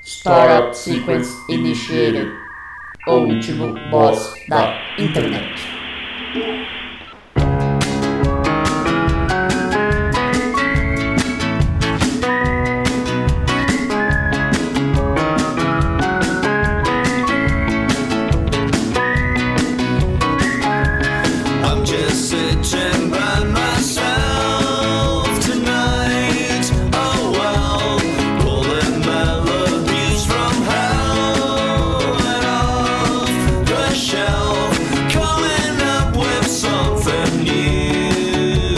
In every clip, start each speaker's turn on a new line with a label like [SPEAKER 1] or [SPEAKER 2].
[SPEAKER 1] Startup Sequence Initiated, o último boss da internet.
[SPEAKER 2] I'm just sitting by myself tonight. Oh well, pulling melodies from hell and off the shelf, coming up with something new,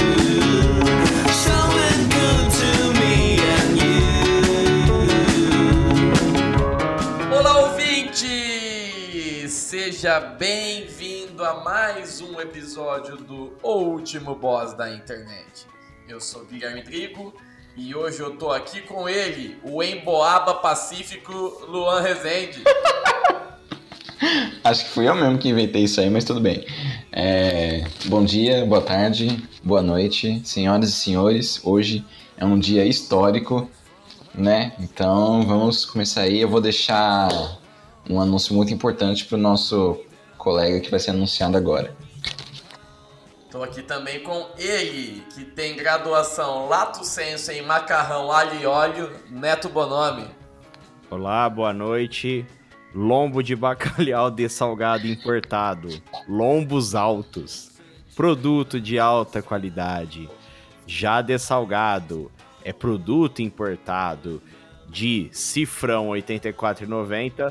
[SPEAKER 2] something good to me and you.
[SPEAKER 3] Olá, ouvinte! Seja bem-vindo a mais um episódio do O Último Boss da Internet. Eu sou Guilherme Trigo e hoje eu tô aqui com ele, o Emboaba Pacífico Luan Rezende.
[SPEAKER 4] Acho que fui eu mesmo que inventei isso aí, mas tudo bem. É, bom dia, boa tarde, boa noite, senhoras e senhores. Hoje é um dia histórico, né? Então vamos começar aí. Eu vou deixar um anúncio muito importante pro nosso colega que vai ser anunciado agora.
[SPEAKER 3] Tô aqui também com ele, que tem graduação Lato Senso em Macarrão, Alho e Óleo, Neto Bonomi.
[SPEAKER 5] Olá, boa noite. Lombo de bacalhau dessalgado importado. Lombos altos. Produto de alta qualidade. Já dessalgado. É produto importado de Cifrão 84,90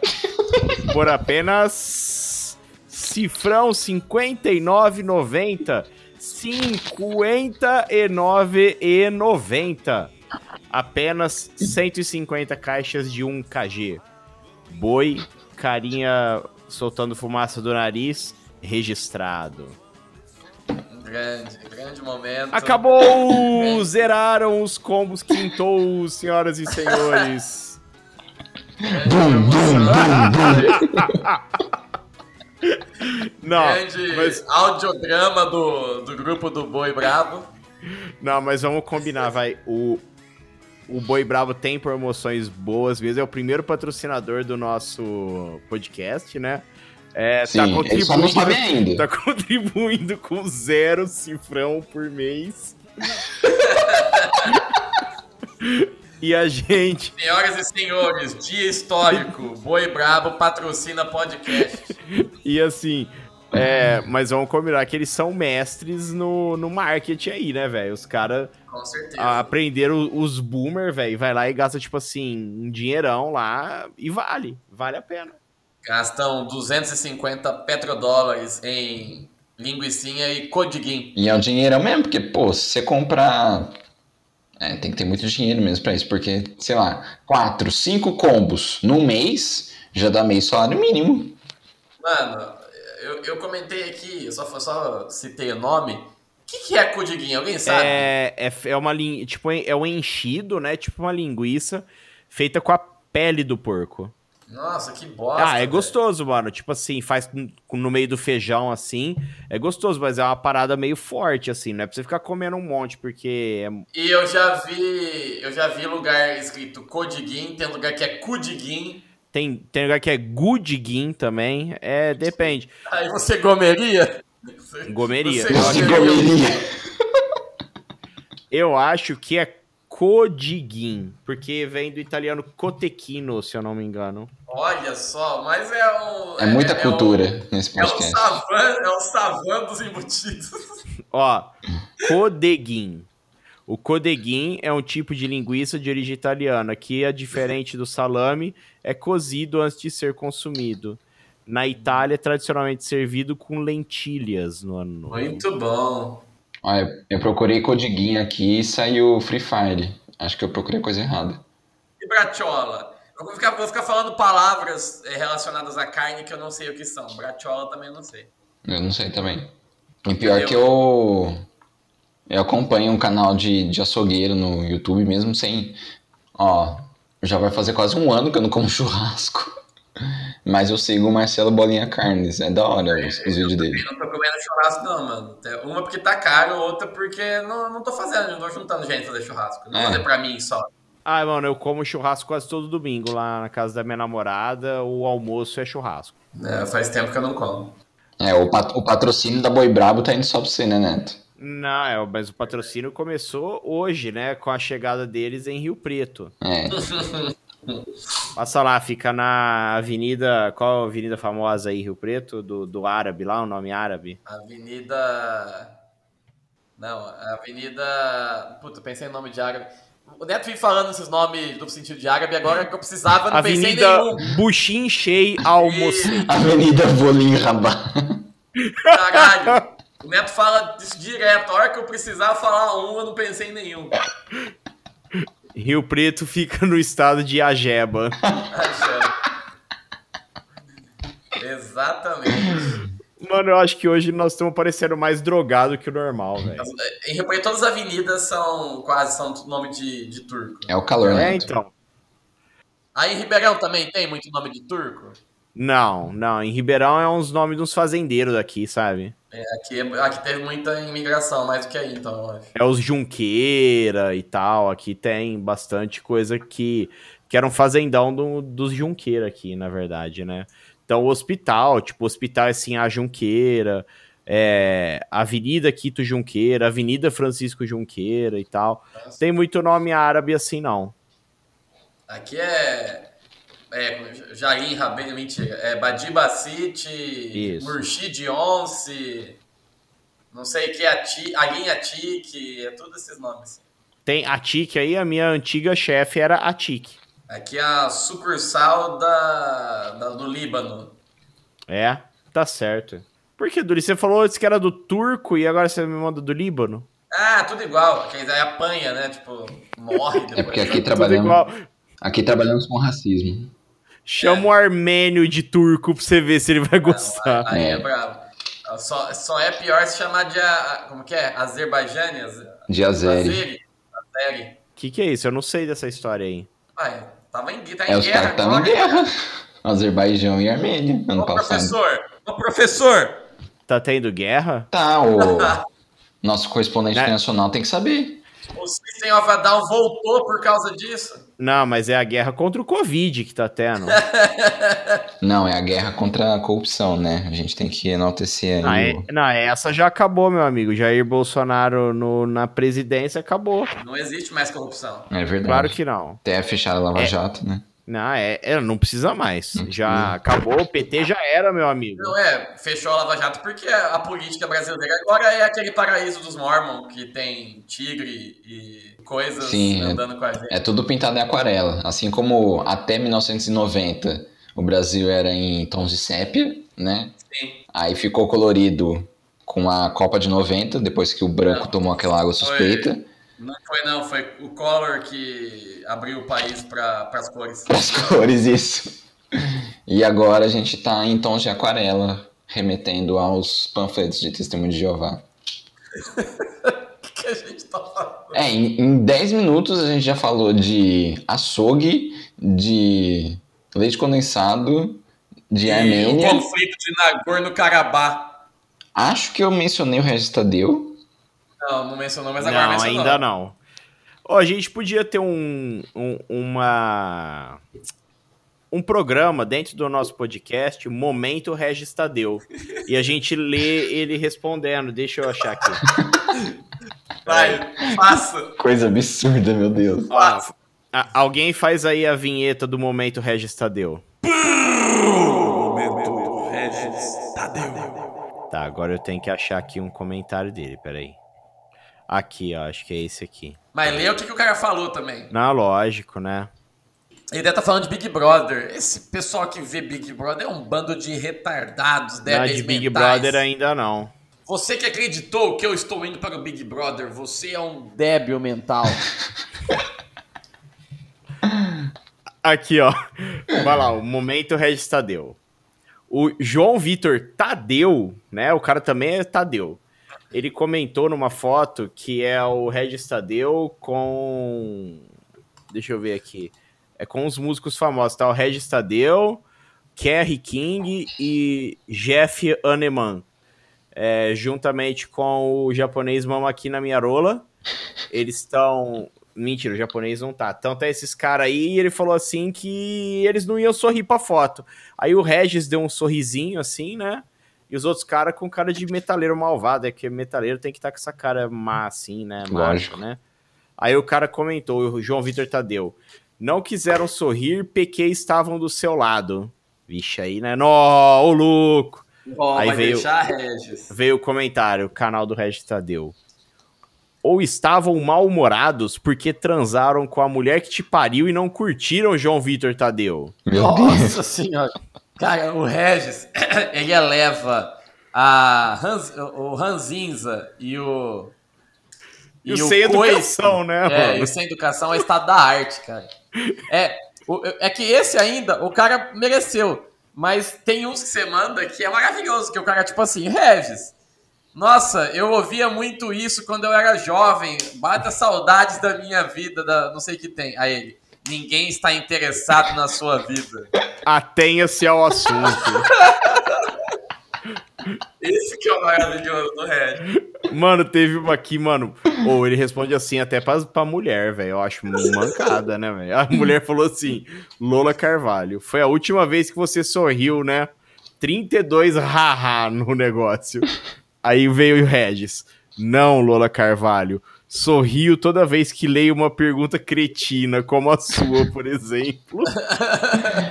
[SPEAKER 5] por apenas Cifrão 59,90. 59,90. Apenas 150 caixas de 1 kg boi, carinha soltando fumaça do nariz, registrado.
[SPEAKER 3] Um Grande, grande momento.
[SPEAKER 5] Acabou! Zeraram os combos, quintou, senhoras e senhores.
[SPEAKER 4] Bum, bum, bum, bum.
[SPEAKER 5] Não,
[SPEAKER 3] grande
[SPEAKER 5] mas,
[SPEAKER 3] audiodrama do, do grupo do Boi Brabo.
[SPEAKER 5] não, mas vamos combinar, vai. O, o Boi Bravo tem promoções boas mesmo, é o primeiro patrocinador do nosso podcast, né? É, tá
[SPEAKER 4] Sim, ele só não sabe
[SPEAKER 5] contribuindo,
[SPEAKER 4] ainda.
[SPEAKER 5] tá contribuindo com zero cifrão por mês. e a gente
[SPEAKER 3] Senhoras e senhores, dia histórico. Boi Brabo patrocina podcast.
[SPEAKER 5] E assim, é, mas vamos combinar que eles são mestres no, no marketing aí, né, velho? Os caras
[SPEAKER 3] Com certeza.
[SPEAKER 5] aprenderam os boomer, velho, vai lá e gasta, tipo assim, um dinheirão lá e vale, vale a pena.
[SPEAKER 3] Gastam 250 petrodólares em linguicinha e codiguim.
[SPEAKER 4] E é um dinheirão mesmo, porque, pô, se você comprar. É, tem que ter muito dinheiro mesmo pra isso, porque, sei lá, quatro, cinco combos num mês já dá meio salário mínimo.
[SPEAKER 3] Mano, eu, eu comentei aqui, eu só, só citei o nome. O que, que é codiguim? Alguém sabe?
[SPEAKER 5] É, é, é uma lin- tipo, é um enchido, né? Tipo uma linguiça feita com a pele do porco.
[SPEAKER 3] Nossa, que bosta.
[SPEAKER 5] Ah, é
[SPEAKER 3] velho.
[SPEAKER 5] gostoso, mano. Tipo assim, faz com- com- no meio do feijão assim. É gostoso, mas é uma parada meio forte, assim. Não é pra você ficar comendo um monte, porque é-
[SPEAKER 3] E eu já vi. Eu já vi lugar escrito codiguim, tem lugar que é cudiguim.
[SPEAKER 5] tem, tem lugar que é gudigin também. É, depende.
[SPEAKER 3] Aí você gomeria?
[SPEAKER 5] Gomeria.
[SPEAKER 3] Você
[SPEAKER 5] Eu acho
[SPEAKER 4] Se
[SPEAKER 5] que-
[SPEAKER 3] gomeria.
[SPEAKER 4] gomeria.
[SPEAKER 5] Eu acho que é codigin, porque vem do italiano cotequino, se eu não me engano.
[SPEAKER 3] Olha só, mas é um.
[SPEAKER 4] É muita
[SPEAKER 3] um-
[SPEAKER 4] cultura nesse
[SPEAKER 3] É um,
[SPEAKER 4] podcast.
[SPEAKER 3] savan, é um savan dos embutidos.
[SPEAKER 5] Ó, codeguin. O codeguin é um tipo de linguiça de origem italiana, que é diferente do salame, é cozido antes de ser consumido. Na Itália, é tradicionalmente servido com lentilhas no ano novo.
[SPEAKER 3] Muito bom.
[SPEAKER 4] Olha, eu procurei Codiguinha aqui e saiu Free Fire. Acho que eu procurei a coisa errada.
[SPEAKER 3] E brachola? Eu vou ficar, vou ficar falando palavras eh, relacionadas à carne que eu não sei o que são. Brachola também não sei.
[SPEAKER 4] Eu não sei também. E pior que eu. Eu acompanho um canal de, de açougueiro no YouTube mesmo sem. Ó, já vai fazer quase um ano que eu não como churrasco. Mas eu sigo o Marcelo Bolinha Carnes. É da hora os, os vídeos dele.
[SPEAKER 3] Eu não tô comendo churrasco, não, mano. É, Uma porque tá caro, outra porque não, não tô fazendo, não tô juntando gente pra fazer churrasco. Não
[SPEAKER 4] É.
[SPEAKER 3] fazer pra mim só.
[SPEAKER 5] Ah, mano, eu como churrasco quase todo domingo lá na casa da minha namorada. O almoço é churrasco.
[SPEAKER 3] É, faz tempo que eu não como.
[SPEAKER 4] É, o, pat- o patrocínio da Boi Brabo tá indo só pra você, né, Neto?
[SPEAKER 5] Não, é, mas o patrocínio começou hoje, né? Com a chegada deles em Rio Preto.
[SPEAKER 4] É.
[SPEAKER 5] Passa lá, fica na avenida. Qual a avenida famosa aí, Rio Preto? Do, do árabe lá, o nome árabe.
[SPEAKER 3] Avenida. Não, Avenida. Puta, pensei em nome de árabe. O Neto vem falando esses nomes do sentido de árabe agora que eu precisava, eu não pensei
[SPEAKER 5] Avenida
[SPEAKER 3] em nenhum.
[SPEAKER 5] Buxin Shei Almocei.
[SPEAKER 4] Avenida Bolim Rabá.
[SPEAKER 3] Caralho. O Neto fala disso direto. A hora que eu precisava falar um, eu não pensei em nenhum.
[SPEAKER 5] Rio Preto fica no estado de Ageba.
[SPEAKER 3] Exatamente.
[SPEAKER 5] Mano, eu acho que hoje nós estamos parecendo mais drogado que o normal, velho.
[SPEAKER 3] Em Rio Preto, todas as avenidas são quase são nome de, de turco.
[SPEAKER 4] É o calor,
[SPEAKER 5] É,
[SPEAKER 4] Neto.
[SPEAKER 5] então.
[SPEAKER 3] Aí em Ribeirão também tem muito nome de turco.
[SPEAKER 5] Não, não. Em Ribeirão é uns nomes de uns fazendeiros daqui, sabe?
[SPEAKER 3] É, aqui, aqui teve muita imigração, mais do que aí, então, eu acho.
[SPEAKER 5] É os Junqueira e tal. Aqui tem bastante coisa que. Que era um fazendão do- dos Junqueira aqui, na verdade, né? Então, o hospital, tipo, o hospital é assim, a Junqueira, é, Avenida Quito Junqueira, Avenida Francisco Junqueira e tal. Tem muito nome árabe assim, não.
[SPEAKER 3] Aqui é. É, Jair Rabin, mentira. É Badiba City,
[SPEAKER 5] Isso.
[SPEAKER 3] Murshid Once, não sei é o que, Ati- Aguin Atik, é todos esses nomes.
[SPEAKER 5] Tem a TIC aí, a minha antiga chefe era a TIC.
[SPEAKER 3] Aqui é a sucursal da, da- do Líbano.
[SPEAKER 5] É, tá certo. Por que, Duri? Você falou antes que era do turco e agora você me manda do Líbano?
[SPEAKER 3] Ah, tudo igual. Quer dizer, aí apanha, né? Tipo, morre depois. né?
[SPEAKER 4] É porque aqui
[SPEAKER 5] Tudo
[SPEAKER 4] trabalhamos,
[SPEAKER 5] igual.
[SPEAKER 4] aqui trabalhamos com racismo.
[SPEAKER 5] Chama o armênio de turco pra você ver se ele vai gostar.
[SPEAKER 3] Aí é bravo. Só, só é pior se chamar de. a- Como que é? Azerbaijane? Az-
[SPEAKER 4] De Azeri.
[SPEAKER 3] Azeri? Azeri.
[SPEAKER 5] O que, que é isso? Eu não sei dessa história aí.
[SPEAKER 3] Ué, tava em, tá em
[SPEAKER 4] É, os
[SPEAKER 3] guerra
[SPEAKER 4] caras estavam em
[SPEAKER 3] agora.
[SPEAKER 4] guerra. Azerbaijão e Armênia, ano
[SPEAKER 3] Ô,
[SPEAKER 4] passado.
[SPEAKER 3] professor! Ô, professor!
[SPEAKER 5] Tá tendo guerra?
[SPEAKER 4] Tá, o nosso correspondente
[SPEAKER 5] Né?
[SPEAKER 4] internacional tem que saber.
[SPEAKER 3] O System of a Down voltou por causa disso?
[SPEAKER 5] Não, mas é a guerra contra o Covid que tá tendo.
[SPEAKER 4] Não, é a guerra contra a corrupção, né? A gente tem que enaltecer
[SPEAKER 5] não,
[SPEAKER 4] aí.
[SPEAKER 5] é-
[SPEAKER 4] o-
[SPEAKER 5] não, essa já acabou, meu amigo. Jair Bolsonaro no- na presidência acabou.
[SPEAKER 3] Não existe mais corrupção.
[SPEAKER 4] É verdade.
[SPEAKER 5] Claro que não.
[SPEAKER 4] Até fechar a Lava
[SPEAKER 5] É.
[SPEAKER 4] Jato, né?
[SPEAKER 5] Não, é, é, não precisa mais.
[SPEAKER 4] Não precisa.
[SPEAKER 5] Já acabou, o PT já era, meu amigo.
[SPEAKER 3] Não é, fechou a Lava Jato porque a política brasileira agora é aquele paraíso dos Mormon que tem tigre e coisas
[SPEAKER 4] Sim, é.
[SPEAKER 3] andando com a gente.
[SPEAKER 4] É tudo pintado em aquarela. Assim como até 1990 o Brasil era em tons de sépia, né?
[SPEAKER 3] Sim.
[SPEAKER 4] Aí ficou colorido com a Copa de 90, depois que o branco
[SPEAKER 3] Não.
[SPEAKER 4] tomou aquela água
[SPEAKER 3] Foi-
[SPEAKER 4] suspeita.
[SPEAKER 3] Não foi, não, foi o Collor que abriu o país para as cores.
[SPEAKER 4] As cores, isso. E agora a gente tá em tons de aquarela, remetendo aos panfletos de Testemunho de Jeová.
[SPEAKER 3] O que a gente tá falando?
[SPEAKER 4] É, em, em 10 minutos a gente já falou de açougue, de leite condensado, de
[SPEAKER 3] o
[SPEAKER 4] Armênia.
[SPEAKER 3] conflito de Nagorno-Karabakh.
[SPEAKER 4] Acho que eu mencionei o Regis Tadeu.
[SPEAKER 3] Não, não mencionou, mas agora
[SPEAKER 5] Não,
[SPEAKER 3] mencionou.
[SPEAKER 5] ainda não. Ó, a gente podia ter um, um, uma, um programa dentro do nosso podcast, Momento Regis Tadeu. e a gente lê ele respondendo. Deixa eu achar aqui.
[SPEAKER 3] Vai, faça.
[SPEAKER 4] Coisa absurda, meu Deus.
[SPEAKER 5] Ó, a- alguém faz aí a vinheta do Momento Regis Tadeu. Tá, agora eu tenho que achar aqui um comentário dele, peraí. Aqui, ó, acho que é esse aqui.
[SPEAKER 3] Mas lê o que, que o cara falou também.
[SPEAKER 5] Na lógico, né?
[SPEAKER 3] Ele deve tá falando de Big Brother. Esse pessoal que vê Big Brother é um bando de retardados,
[SPEAKER 5] Não, é
[SPEAKER 3] débeis
[SPEAKER 5] de Big
[SPEAKER 3] mentais.
[SPEAKER 5] Brother ainda não.
[SPEAKER 3] Você que acreditou que eu estou indo para o Big Brother, você é um débil mental.
[SPEAKER 5] Aqui, ó. Vai lá, o momento Regis Tadeu. O João Vitor Tadeu, né? O cara também é Tadeu. Ele comentou numa foto que é o Regis Tadeu com. Deixa eu ver aqui. É com os músicos famosos, tá? O Regis Tadeu, Kerry King e Jeff Aneman. É, juntamente com o japonês Mamakina Miarola. Eles estão Mentira, o japonês não tá. Então tá esses caras aí e ele falou assim que eles não iam sorrir pra foto. Aí o Regis deu um sorrisinho assim, né? E os outros caras com cara de metaleiro malvado. É que metaleiro tem que estar com essa cara má assim, né? Macho,
[SPEAKER 4] Lógico.
[SPEAKER 5] né? Aí o cara comentou, o João Vitor Tadeu. Não quiseram sorrir, PQ estavam do seu lado. Vixe aí, né? Nó, ô louco!
[SPEAKER 3] Ó,
[SPEAKER 5] Aí
[SPEAKER 3] vai
[SPEAKER 5] veio-
[SPEAKER 3] deixar Regis.
[SPEAKER 5] Veio o comentário, canal do Regis Tadeu. Ou estavam mal-humorados porque transaram com a mulher que te pariu e não curtiram João Vitor Tadeu.
[SPEAKER 4] Meu Deus.
[SPEAKER 3] Nossa senhora. Cara, o Regis, ele eleva a Hans, o Ranzinza e o.
[SPEAKER 5] E, o sem
[SPEAKER 3] Coice-
[SPEAKER 5] educação, né,
[SPEAKER 3] É,
[SPEAKER 5] mano?
[SPEAKER 3] e sem educação é estado da arte, cara. É, o- é que esse ainda, o cara mereceu. Mas tem uns que você manda que é maravilhoso, que o cara, é tipo assim, Regis. Nossa, eu ouvia muito isso quando eu era jovem. Bata saudades da minha vida, da não sei o que tem. A ele. Ninguém está interessado na sua vida.
[SPEAKER 5] Atenha-se ao assunto.
[SPEAKER 3] Esse que é o maravilhoso do Red.
[SPEAKER 5] mano, teve uma aqui, mano. Ou ele responde assim até pra, pra mulher, velho. Eu acho mancada, né, velho? A mulher falou assim: Lola Carvalho, foi a última vez que você sorriu, né? 32 haha no negócio. Aí veio o Regis. Não, Lola Carvalho. Sorrio toda vez que leio uma pergunta cretina, como a sua, por exemplo.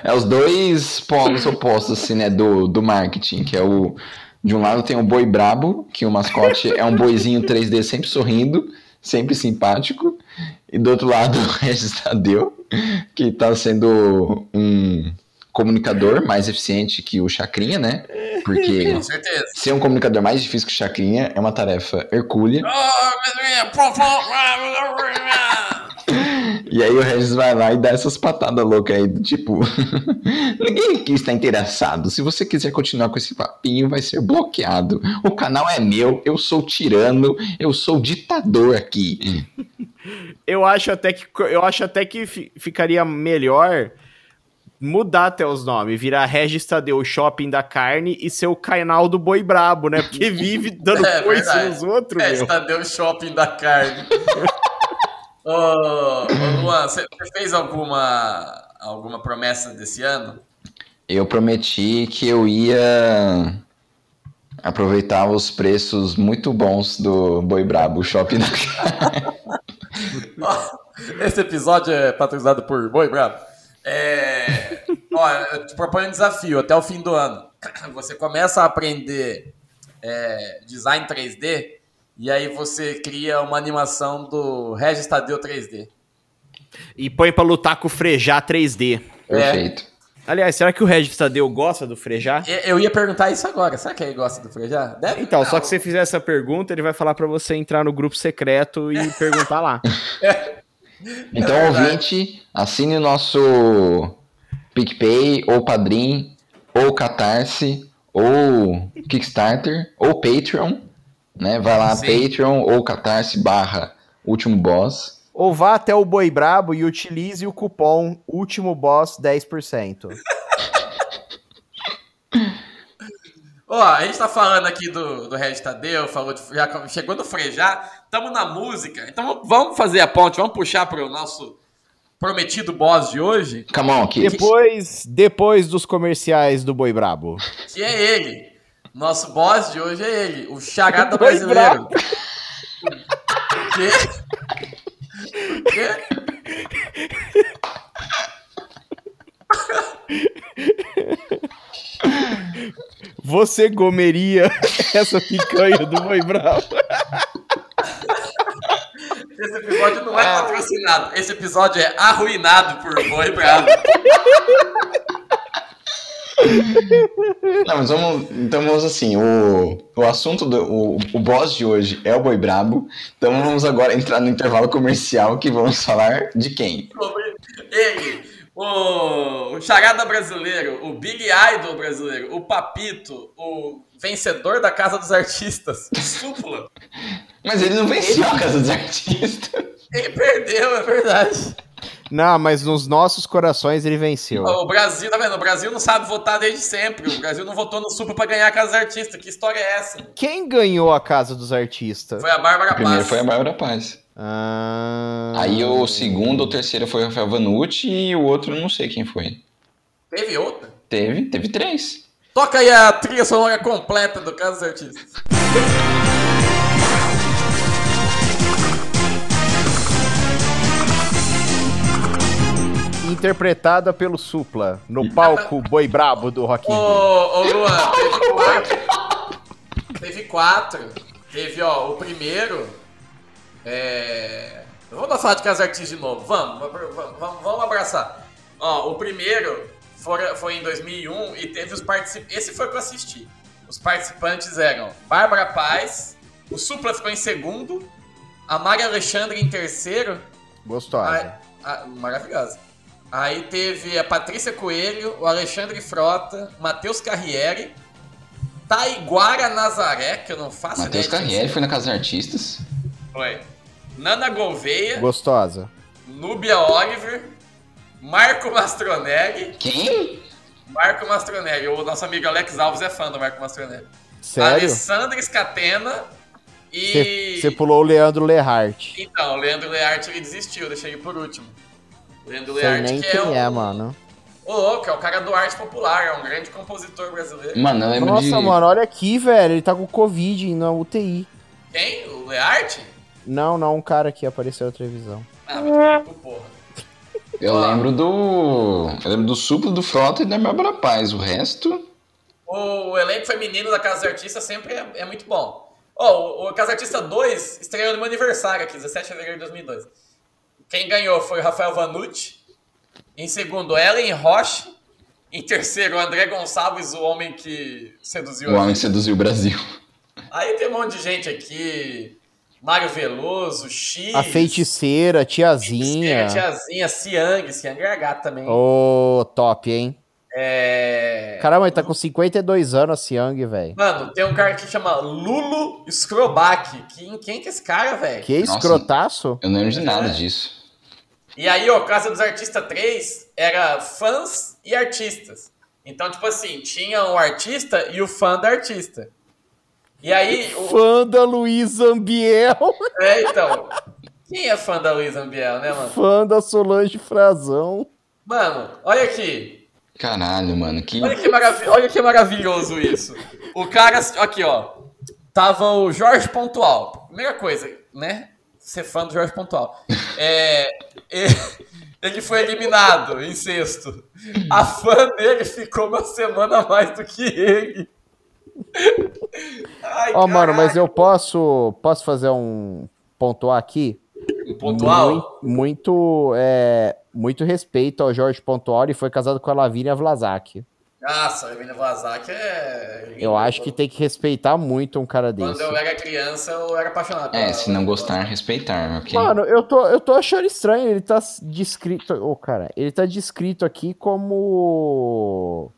[SPEAKER 4] É os dois polos opostos, assim, né, do, do marketing, que é o... De um lado tem o boi brabo, que o mascote é um boizinho 3D sempre sorrindo, sempre simpático. E do outro lado o Regis Tadeu, que tá sendo um comunicador mais eficiente que o Chacrinha, né? Porque
[SPEAKER 3] Com certeza.
[SPEAKER 4] ser um comunicador mais difícil que o Chacrinha é uma tarefa hercúlea. E aí o Regis vai lá e dá essas patadas loucas aí, do tipo. Ninguém aqui está interessado. Se você quiser continuar com esse papinho, vai ser bloqueado. O canal é meu, eu sou tirano, eu sou ditador aqui.
[SPEAKER 5] Eu acho até que eu acho até que fi- ficaria melhor mudar até os nomes, virar Regis Tadeu Shopping da Carne e ser o canal do Boi Brabo, né? Porque vive dando
[SPEAKER 3] É,
[SPEAKER 5] coisa
[SPEAKER 3] verdade.
[SPEAKER 5] nos outros,
[SPEAKER 3] É,
[SPEAKER 5] meu.
[SPEAKER 3] Estadeu Shopping da Carne. ô, ô, Luan, você você fez alguma, alguma promessa desse ano?
[SPEAKER 4] Eu prometi que eu ia aproveitar os preços muito bons do Boi Brabo, o shopping da
[SPEAKER 5] Hum.
[SPEAKER 3] Esse episódio é patrocinado por Boi Brabo. É, ó, eu te proponho um desafio até o fim do ano. Você começa a aprender é, design 3D e aí você cria uma animação do Regis Tadeu 3D.
[SPEAKER 5] E põe pra lutar com o Frejá 3D.
[SPEAKER 4] Perfeito.
[SPEAKER 5] Aliás, será que o Regis Tadeu gosta do Frejá?
[SPEAKER 3] Eu- Eu ia perguntar isso agora. Será que ele gosta do Frejá? Deve.
[SPEAKER 5] Então, só que se você fizer essa pergunta, ele vai falar pra você entrar no grupo secreto e perguntar lá.
[SPEAKER 4] Então,
[SPEAKER 3] É verdade.
[SPEAKER 4] ouvinte, assine o nosso PicPay, ou Padrim, ou Catarse, ou Kickstarter, ou Patreon, né? Vai lá,
[SPEAKER 3] Sim.
[SPEAKER 4] Patreon ou Catarse barra Último Boss.
[SPEAKER 6] Ou vá até o Boi Brabo e utilize o cupom Último Boss 10%.
[SPEAKER 3] Ó, a gente tá falando aqui do, do Regis Tadeu, falou de, já chegou no Frejá, estamos na música. Então vamos fazer a ponte, vamos puxar pro nosso prometido boss de hoje,
[SPEAKER 4] Come on, Kids.
[SPEAKER 5] Depois, depois dos comerciais do Boi Brabo.
[SPEAKER 3] que é ele. Nosso boss de hoje é ele, o charada
[SPEAKER 5] Boi
[SPEAKER 3] brasileiro. O quê? O quê?
[SPEAKER 5] Você gomeria essa picanha do Boi Brabo?
[SPEAKER 3] Esse episódio não é patrocinado. Esse episódio é arruinado por boi bravo.
[SPEAKER 4] Não, mas vamos, então vamos assim, o, o assunto do o, o boss de hoje é o Boi Brabo, então vamos agora entrar no intervalo comercial que vamos falar de quem?
[SPEAKER 3] sobre ele, o, o charada brasileiro, o Big Idol brasileiro, o Papito, o vencedor da Casa dos Artistas, o Supla.
[SPEAKER 4] Mas ele não venceu a Casa dos Artistas.
[SPEAKER 3] Ele perdeu, é verdade.
[SPEAKER 6] Não, mas nos nossos corações ele venceu.
[SPEAKER 3] O Brasil, tá vendo? O Brasil não sabe votar desde sempre. O Brasil não votou no Supla pra ganhar a Casa dos Artistas. Que história é essa?
[SPEAKER 6] Quem ganhou a Casa dos Artistas?
[SPEAKER 3] Foi a Bárbara
[SPEAKER 4] Primeiro
[SPEAKER 3] Paz.
[SPEAKER 4] foi a Bárbara Paz.
[SPEAKER 5] Ah,
[SPEAKER 4] Aí o segundo ou terceiro foi o Rafael Vanucci e o outro eu não sei quem foi.
[SPEAKER 3] Teve outra?
[SPEAKER 4] Teve, teve três.
[SPEAKER 3] Toca aí a trilha sonora completa do Caso dos Artistas.
[SPEAKER 5] Interpretada pelo Supla, no palco Boi Brabo do Rock in
[SPEAKER 3] Ô,
[SPEAKER 5] Rio.
[SPEAKER 3] ô Luan, teve quatro. Teve quatro. Teve, ó, o primeiro. É. Vamos falar de Casa Artista de novo. Vamos, vamos, vamos, vamos abraçar. Ó, o primeiro fora- foi em 2001 e teve os participantes. Esse foi que eu assisti. Os participantes eram Bárbara Paz, o Supla ficou em segundo, a Mari Alexandre em terceiro
[SPEAKER 5] Gostosa.
[SPEAKER 3] Ai, ah, maravilhosa. Aí teve a Patrícia Coelho, o Alexandre Frota, Matheus Carriere, Taiguara Nazaré, que eu não faço
[SPEAKER 4] Matheus
[SPEAKER 3] ideia de quem
[SPEAKER 4] Carriere foi na Casa dos Artistas.
[SPEAKER 3] Foi. Nana Gouveia,
[SPEAKER 5] Gostosa.
[SPEAKER 3] Núbia Oliver, Marco Mastronelli.
[SPEAKER 4] Quem?
[SPEAKER 3] Marco Mastronelli, o nosso amigo Alex Alves é fã do Marco Mastronelli.
[SPEAKER 5] Sério?
[SPEAKER 3] Alessandra Scatena e.
[SPEAKER 5] Você pulou o Leandro Lehart.
[SPEAKER 3] Então, o Leandro Learte ele desistiu, deixei ele por último. Leandro
[SPEAKER 5] Sei
[SPEAKER 3] Learte,
[SPEAKER 5] nem
[SPEAKER 3] que é,
[SPEAKER 5] quem
[SPEAKER 3] o...
[SPEAKER 5] é, mano.
[SPEAKER 3] Ô, louco, é o cara do arte popular, é um grande compositor brasileiro.
[SPEAKER 4] Mano, eu lembro de.
[SPEAKER 5] Nossa, mano, olha aqui, velho. Ele tá com Covid na UTI.
[SPEAKER 3] Quem? O Learte?
[SPEAKER 5] Não, não, um cara aqui apareceu na televisão.
[SPEAKER 3] Ah, mas tipo, porra.
[SPEAKER 4] Eu lembro do. Eu lembro do Suplo, do Frota e da Bárbara Paz. O resto.
[SPEAKER 3] O elenco feminino da Casa dos Artistas sempre é, é muito bom. Ó, o, o Casa Artista 2 estreou no meu aniversário aqui, 17 de fevereiro de 2002. Quem ganhou foi o Rafael Vanucci. Em segundo, Ellen Roche. Em terceiro, o André Gonçalves, o homem que seduziu
[SPEAKER 4] O
[SPEAKER 3] a
[SPEAKER 4] homem que seduziu o Brasil.
[SPEAKER 3] Aí tem um monte de gente aqui. Mário Veloso, X.
[SPEAKER 5] A feiticeira,
[SPEAKER 3] Tiazinha.
[SPEAKER 5] tiazinha.
[SPEAKER 3] Tiazinha, Siang. Siang é a gata também.
[SPEAKER 5] Ô, top, hein?
[SPEAKER 3] É...
[SPEAKER 5] Caramba, ele tá com 52 anos, a Siang, velho.
[SPEAKER 3] Mano, tem um cara que chama Lulo Scrobac. Quem, quem que é esse cara, velho?
[SPEAKER 5] Que
[SPEAKER 4] Nossa.
[SPEAKER 5] escrotaço?
[SPEAKER 4] Eu não lembro de
[SPEAKER 3] É.
[SPEAKER 4] nada disso.
[SPEAKER 3] E aí, ó, Casa dos Artistas 3 era fãs e artistas. Então, tipo assim, tinha o artista e o fã da artista. E aí, o,
[SPEAKER 5] Fã da Luísa Ambiel,
[SPEAKER 3] é, então, quem é fã da Luiz Ambiel, né, mano?
[SPEAKER 5] fã da Solange Frazão.
[SPEAKER 3] Mano, olha aqui.
[SPEAKER 4] Caralho, mano. Que.
[SPEAKER 3] Olha que, maravi- olha que maravilhoso isso. O cara, aqui, ó. Tava o Jorge Pontual. Primeira coisa, né? Ser fã do Jorge Pontual. É, e- ele foi eliminado em sexto. A fã dele ficou uma semana a mais do que ele. Ai,
[SPEAKER 5] Ó, mano, mas
[SPEAKER 3] caralho.
[SPEAKER 5] eu posso, posso fazer um pontuar aqui?
[SPEAKER 3] Pontual?
[SPEAKER 5] Mui- Muito, é, muito respeito ao Jorge Pontual, ele foi casado com a Lavínia Vlasak.
[SPEAKER 3] Nossa, o Emílio Vlasak é.
[SPEAKER 5] Eu acho que tem que respeitar muito um cara
[SPEAKER 3] Quando
[SPEAKER 5] desse.
[SPEAKER 3] eu era criança, eu era apaixonado.
[SPEAKER 4] É,
[SPEAKER 3] pela-
[SPEAKER 4] se não gostar, respeitar, ok?
[SPEAKER 5] Mano, eu tô, eu tô achando estranho, ele tá descrito. Ô, cara, ele tá descrito aqui como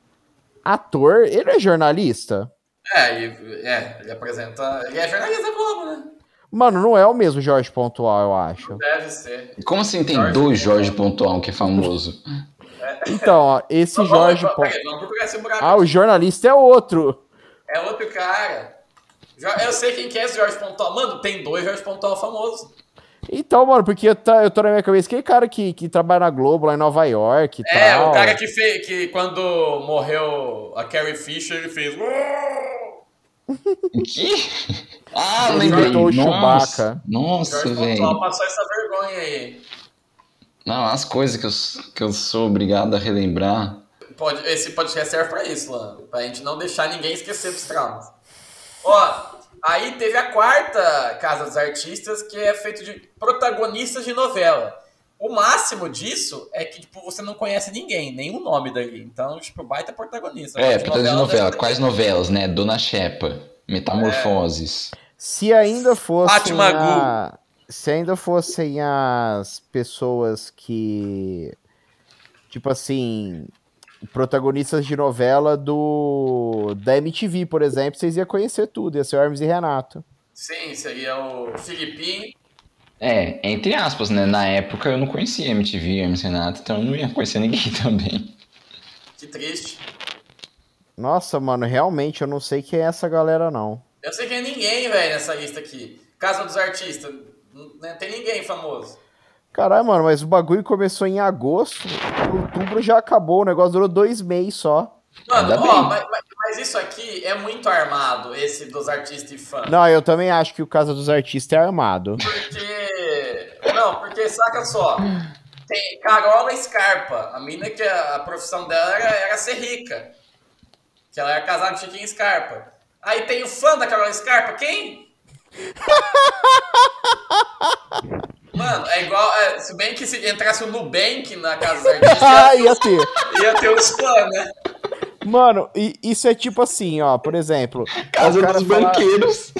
[SPEAKER 5] ator. Ele é jornalista?
[SPEAKER 3] É, ele, é, ele apresenta. Ele é jornalista da Globo, né?
[SPEAKER 5] Mano, não é o mesmo Jorge Pontual, eu acho.
[SPEAKER 3] Deve ser.
[SPEAKER 4] Como assim tem
[SPEAKER 3] Jorge
[SPEAKER 4] dois Jorge Pontual que é famoso?
[SPEAKER 5] Então, ó, esse
[SPEAKER 3] Vamos-
[SPEAKER 5] Jorge
[SPEAKER 3] vamos-
[SPEAKER 5] Pontual.
[SPEAKER 3] peraí, Vamos procurar esse buraco.
[SPEAKER 5] Ah, o jornalista é outro.
[SPEAKER 3] É outro cara. Jo- Eu sei quem que é esse Jorge Pontual. Mano, tem dois Jorge Pontual famosos.
[SPEAKER 5] Então, mano, porque eu, tá, eu tô na minha cabeça, aquele cara que, que trabalha na Globo lá em Nova York e
[SPEAKER 3] É,
[SPEAKER 5] tal.
[SPEAKER 3] o cara que, fez, que quando morreu a Carrie Fisher, ele fez.
[SPEAKER 4] que? Ah,
[SPEAKER 5] Ele
[SPEAKER 4] lembrei.
[SPEAKER 5] imitou o
[SPEAKER 4] Nossa,
[SPEAKER 5] Chewbacca.
[SPEAKER 4] nossa
[SPEAKER 3] Jorge
[SPEAKER 4] velho.
[SPEAKER 3] Pontual passou essa vergonha aí.
[SPEAKER 4] Não, as coisas que eu, s- que eu sou obrigado a relembrar.
[SPEAKER 3] Pode, esse podcast serve pra isso, Lan. Pra gente não deixar ninguém esquecer dos traumas. Ó, aí teve a quarta Casa dos Artistas, que é feito de protagonistas de novela. O máximo disso é que, tipo, você não conhece ninguém, nenhum nome dali. Então, tipo, baita protagonista.
[SPEAKER 4] É, pra de novela.
[SPEAKER 3] deve-
[SPEAKER 4] Quais novelas, né? Dona Shepa, Metamorfoses.
[SPEAKER 5] Se ainda fossem
[SPEAKER 3] Fátima
[SPEAKER 5] a... Se ainda fossem as pessoas que. Tipo assim. Protagonistas de novela do. Da MTV, por exemplo, vocês iam conhecer tudo, ia ser o Hermes e Renato.
[SPEAKER 3] Sim, seria o Filipim.
[SPEAKER 4] É, entre aspas, né? Na época eu não conhecia MTV, MC Renato, então eu não ia conhecer ninguém também.
[SPEAKER 3] Que triste.
[SPEAKER 5] Nossa, mano, realmente eu não sei quem é essa galera, não.
[SPEAKER 3] Eu não sei quem é ninguém, velho, nessa lista aqui. Casa dos Artistas. Não não tem ninguém famoso.
[SPEAKER 5] Caralho, mano, mas o bagulho começou em agosto, em outubro já acabou, o negócio durou dois meses só.
[SPEAKER 3] Mano,
[SPEAKER 4] Ainda
[SPEAKER 3] ó,
[SPEAKER 4] bem.
[SPEAKER 3] mas, mas- mas isso aqui é muito armado, esse dos artistas e fãs.
[SPEAKER 5] Não, eu também acho que o Casa dos Artistas é armado.
[SPEAKER 3] Porque. Não, porque saca só. Tem Carola Scarpa. A mina que a, a profissão dela era, era ser rica. Que ela era casada com Chiquinho Scarpa. Aí tem o fã da Carola Scarpa, quem? Mano, é igual. é, se bem que se entrasse o Nubank na casa dos
[SPEAKER 5] Ah,
[SPEAKER 3] artistas,
[SPEAKER 5] ia ter.
[SPEAKER 3] ia ter os fãs, né?
[SPEAKER 5] Mano, e- isso é tipo assim, ó, por exemplo.
[SPEAKER 4] Casa
[SPEAKER 5] o cara
[SPEAKER 4] dos
[SPEAKER 5] falar-
[SPEAKER 4] banqueiros.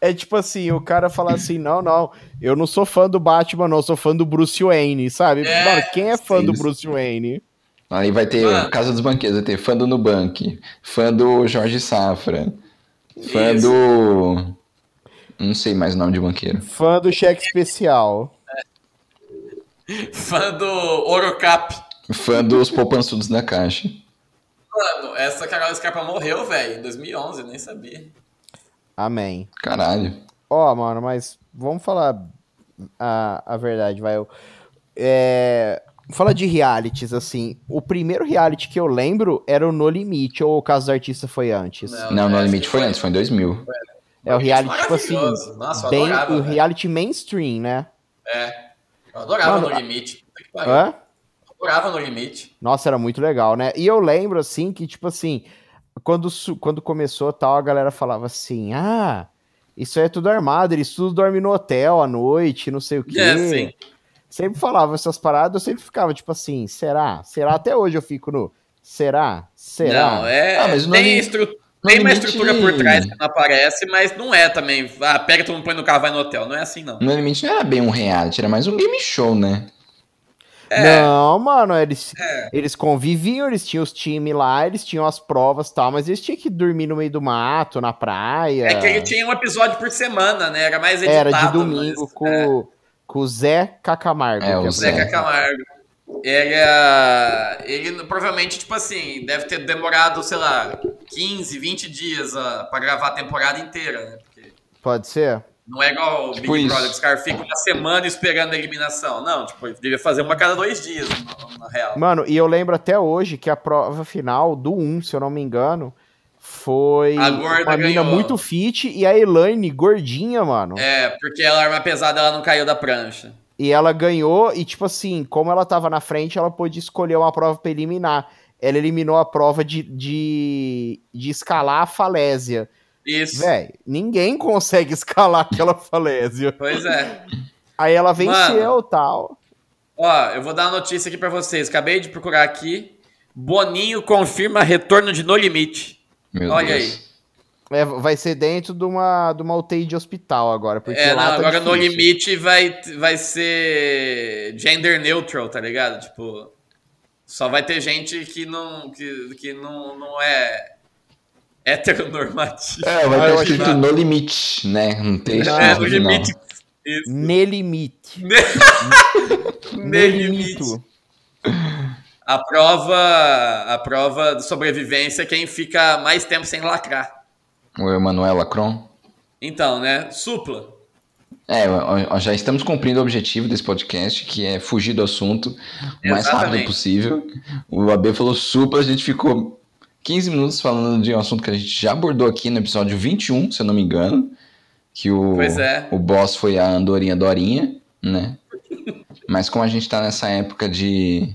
[SPEAKER 5] É tipo assim, o cara falar assim, não, não, eu não sou fã do Batman, não, eu sou fã do Bruce Wayne, sabe?
[SPEAKER 3] É,
[SPEAKER 5] Mano, quem é fã
[SPEAKER 4] sim,
[SPEAKER 5] do
[SPEAKER 4] sim.
[SPEAKER 5] Bruce Wayne?
[SPEAKER 4] Aí vai ter
[SPEAKER 3] Mano.
[SPEAKER 4] Casa dos Banqueiros, vai ter fã do Nubank, fã do Jorge Safra, fã
[SPEAKER 3] Isso.
[SPEAKER 4] do. Não sei mais o nome de banqueiro.
[SPEAKER 5] Fã do cheque especial.
[SPEAKER 3] Fã do Orocap.
[SPEAKER 4] Fã dos poupançudos da caixa.
[SPEAKER 3] Mano, essa Carola Scarpa morreu, velho, em 2011, nem sabia.
[SPEAKER 5] Amém.
[SPEAKER 4] Caralho.
[SPEAKER 5] Ó, mano, mas vamos falar a, a verdade, vai. Eu- É, fala de realities, assim. O primeiro reality que eu lembro era o No Limite, ou o Caso do Artista foi antes.
[SPEAKER 4] Não,
[SPEAKER 3] né,
[SPEAKER 4] No
[SPEAKER 3] acho
[SPEAKER 4] Limite
[SPEAKER 3] que
[SPEAKER 4] foi antes, foi em 2000.
[SPEAKER 5] É o reality, tipo assim,
[SPEAKER 3] Maravilhoso. Nossa, eu
[SPEAKER 5] bem,
[SPEAKER 3] adorava,
[SPEAKER 5] o
[SPEAKER 3] velho.
[SPEAKER 5] reality mainstream, né?
[SPEAKER 3] Eu adorava
[SPEAKER 5] Mano,
[SPEAKER 3] No Limite. Puta que pariu. Eu
[SPEAKER 5] Hã?
[SPEAKER 3] adorava No Limite.
[SPEAKER 5] Nossa, era muito legal, né? E eu lembro, assim, que, tipo assim, quando, su- quando começou tal, a galera falava assim, ah, isso aí é tudo armado, eles tudo dormem no hotel à noite, não sei o quê.
[SPEAKER 3] É, sim.
[SPEAKER 5] Sempre falava essas paradas, eu sempre ficava, tipo assim, será? Será? Até hoje eu fico no, será? Será?
[SPEAKER 3] Não, é.
[SPEAKER 4] Ah, mas No
[SPEAKER 3] tem
[SPEAKER 4] Limite-
[SPEAKER 3] estru-
[SPEAKER 4] No
[SPEAKER 3] tem uma
[SPEAKER 4] Limite-
[SPEAKER 3] estrutura por trás que não aparece, mas não é também. Ah, pega, todo mundo põe no carro, vai no hotel. Não é assim, não.
[SPEAKER 4] No Limite não era bem um reality, era mais um game show, né?
[SPEAKER 3] É.
[SPEAKER 5] Não, mano, eles, eles conviviam, eles tinham os times lá, eles tinham as provas e tal, mas eles tinham que dormir no meio do mato, na praia.
[SPEAKER 3] É que ele tinha um episódio por semana, né? Era mais editado.
[SPEAKER 5] Era de domingo
[SPEAKER 3] mas- é.
[SPEAKER 5] com, com o Zé Cacamargo.
[SPEAKER 4] É,
[SPEAKER 5] que
[SPEAKER 4] o
[SPEAKER 3] Zé
[SPEAKER 4] Zé.
[SPEAKER 3] Camargo. Era. Ele provavelmente, tipo assim, deve ter demorado, sei lá, 15, 20 dias ah, pra gravar a temporada inteira, né? Porque
[SPEAKER 5] Pode ser?
[SPEAKER 3] Não é igual o Big
[SPEAKER 4] Tipo isso.
[SPEAKER 3] Brother, que os caras ficam uma semana esperando a eliminação. Não, tipo, ele devia fazer uma a cada dois dias, na, na real.
[SPEAKER 5] Mano, e eu lembro até hoje que a prova final do 1, se eu não me engano, foi
[SPEAKER 3] A gorda
[SPEAKER 5] uma mina
[SPEAKER 3] ganhou.
[SPEAKER 5] muito fit e a Elaine gordinha, mano.
[SPEAKER 3] É, porque ela arma pesada, ela não caiu da prancha.
[SPEAKER 5] E ela ganhou e, tipo assim, como ela tava na frente, ela pôde escolher uma prova pra eliminar. Ela eliminou a prova de, de, de escalar a falésia.
[SPEAKER 3] Isso.
[SPEAKER 5] Véi, ninguém consegue escalar aquela falésia.
[SPEAKER 3] Pois é.
[SPEAKER 5] Aí ela venceu tal.
[SPEAKER 3] Ó, eu vou dar uma notícia aqui pra vocês. Acabei de procurar aqui. Boninho confirma retorno de No Limite.
[SPEAKER 4] Meu
[SPEAKER 3] Olha
[SPEAKER 4] Deus.
[SPEAKER 3] aí.
[SPEAKER 5] É, vai ser dentro de uma, de uma UTI de hospital agora. Porque
[SPEAKER 3] É,
[SPEAKER 5] lá
[SPEAKER 3] não,
[SPEAKER 5] tá
[SPEAKER 3] agora No
[SPEAKER 5] difícil.
[SPEAKER 3] Limite vai, vai ser gender neutral, tá ligado? Tipo, só vai ter gente que não, que, que não, não é heteronormativa.
[SPEAKER 4] É, vai
[SPEAKER 5] Ah,
[SPEAKER 4] ter
[SPEAKER 5] eu
[SPEAKER 4] escrito
[SPEAKER 3] achei-
[SPEAKER 4] No Limite, né? Não tem escrito
[SPEAKER 3] É,
[SPEAKER 4] no
[SPEAKER 3] no
[SPEAKER 4] final.
[SPEAKER 3] limite. Isso.
[SPEAKER 5] Ne limite.
[SPEAKER 3] Ne limite. A prova, a prova de sobrevivência é quem fica mais tempo sem lacrar.
[SPEAKER 4] O Emanuel Lacron.
[SPEAKER 3] Então, né? Supla.
[SPEAKER 4] É, ó, ó, já estamos cumprindo o objetivo desse podcast, que é fugir do assunto o mais
[SPEAKER 3] Exatamente.
[SPEAKER 4] rápido possível. O AB falou super, a gente ficou 15 minutos falando de um assunto que a gente já abordou aqui no episódio 21, se eu não me engano. Que o,
[SPEAKER 3] Pois é.
[SPEAKER 4] o boss foi a Andorinha Dorinha, né? Mas como a gente tá nessa época de,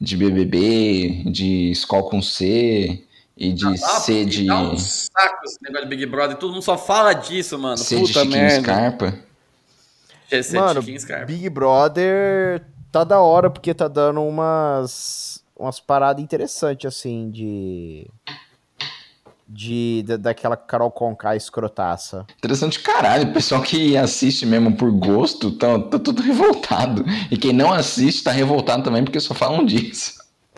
[SPEAKER 4] de BBB, de Skol com C e de
[SPEAKER 3] Ah,
[SPEAKER 4] C
[SPEAKER 3] e
[SPEAKER 4] de,
[SPEAKER 3] Dá um saco esse negócio de Big Brother. Todo mundo só fala disso, mano.
[SPEAKER 4] C de
[SPEAKER 3] Puta
[SPEAKER 4] Chiquinho
[SPEAKER 3] merda.
[SPEAKER 4] Scarpa.
[SPEAKER 3] Esse é
[SPEAKER 5] Mano,
[SPEAKER 3] Chiquinho Scarpa.
[SPEAKER 5] Big Brother tá da hora porque tá dando umas umas paradas interessantes assim de de da- daquela Carol Conká escrotaça.
[SPEAKER 4] Interessante caralho, o pessoal que assiste mesmo por gosto tá, tá tudo revoltado. E quem não assiste tá revoltado também porque só falam disso.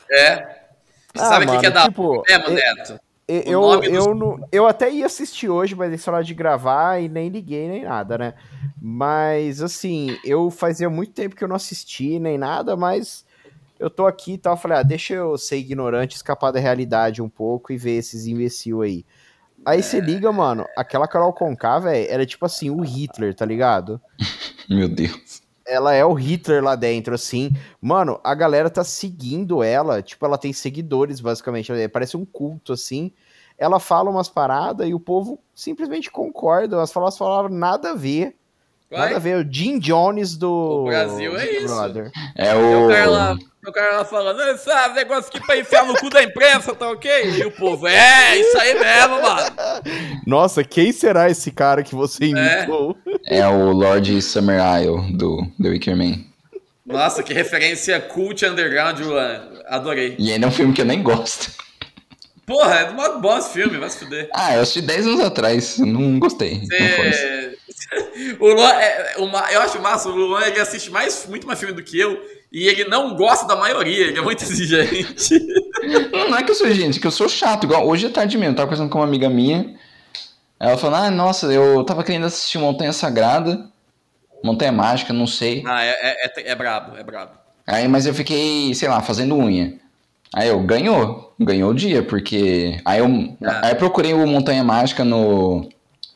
[SPEAKER 3] É. Você sabe o que que é da
[SPEAKER 5] tipo,
[SPEAKER 3] hora mesmo, Neto? O
[SPEAKER 5] eu, eu,
[SPEAKER 3] nome
[SPEAKER 5] eu, não- eu até ia assistir hoje, mas deixei na hora de gravar e nem liguei nem nada, né? Mas assim, eu fazia muito tempo que eu não assisti nem nada, mas eu tô aqui e tal, falei, ah, deixa eu ser ignorante, escapar da realidade um pouco e ver esses imbecil aí. Aí
[SPEAKER 3] É.
[SPEAKER 5] você liga, mano, aquela Carol Conká, velho, era tipo assim, o Hitler, tá ligado?
[SPEAKER 4] Meu Deus.
[SPEAKER 5] Ela é o Hitler lá dentro, assim. Mano, a galera tá seguindo ela, tipo, ela tem seguidores, basicamente, ela- parece um culto, assim. Ela fala umas paradas e o povo simplesmente concorda, elas falam, elas falaram nada a ver, nada a
[SPEAKER 3] Vai.
[SPEAKER 5] ver, o Jim Jones do...
[SPEAKER 3] O Brasil é
[SPEAKER 5] Big
[SPEAKER 3] isso.
[SPEAKER 5] Brother.
[SPEAKER 4] É
[SPEAKER 3] Tem
[SPEAKER 4] o.
[SPEAKER 3] o cara lá, tem o cara lá falando, esse negócio aqui pra enfiar no cu da imprensa, tá ok? E o povo, é, isso aí mesmo, mano.
[SPEAKER 5] Nossa, quem será esse cara que você
[SPEAKER 3] É.
[SPEAKER 5] imitou?
[SPEAKER 4] É o Lord Summer Isle do The Wicker Man.
[SPEAKER 3] Nossa, que referência cult underground, mano. Adorei.
[SPEAKER 4] E ele é um filme que eu nem gosto.
[SPEAKER 3] Porra, é do modo bom esse filme, vai se fuder.
[SPEAKER 4] Ah, eu assisti 10 anos atrás, não gostei. Não foi.
[SPEAKER 3] Cê- o Luan, é, é, o Ma- eu acho massa, o Luan ele assiste mais, muito mais filme do que eu e ele não gosta da maioria, ele é muito exigente.
[SPEAKER 4] Não, não é que eu sou gente, é que eu sou chato. Igual hoje à tarde mesmo, eu tava conversando com uma amiga minha. Ela falou: Ah, nossa, eu tava querendo assistir Montanha Sagrada. Montanha Mágica, não sei.
[SPEAKER 3] Ah, é, é, é- é brabo, é brabo.
[SPEAKER 4] Aí, mas eu fiquei, sei lá, fazendo unha. Aí eu, ganhou. Ganhou o dia, porque. Aí eu,
[SPEAKER 3] Ah.
[SPEAKER 4] aí eu procurei o Montanha Mágica no,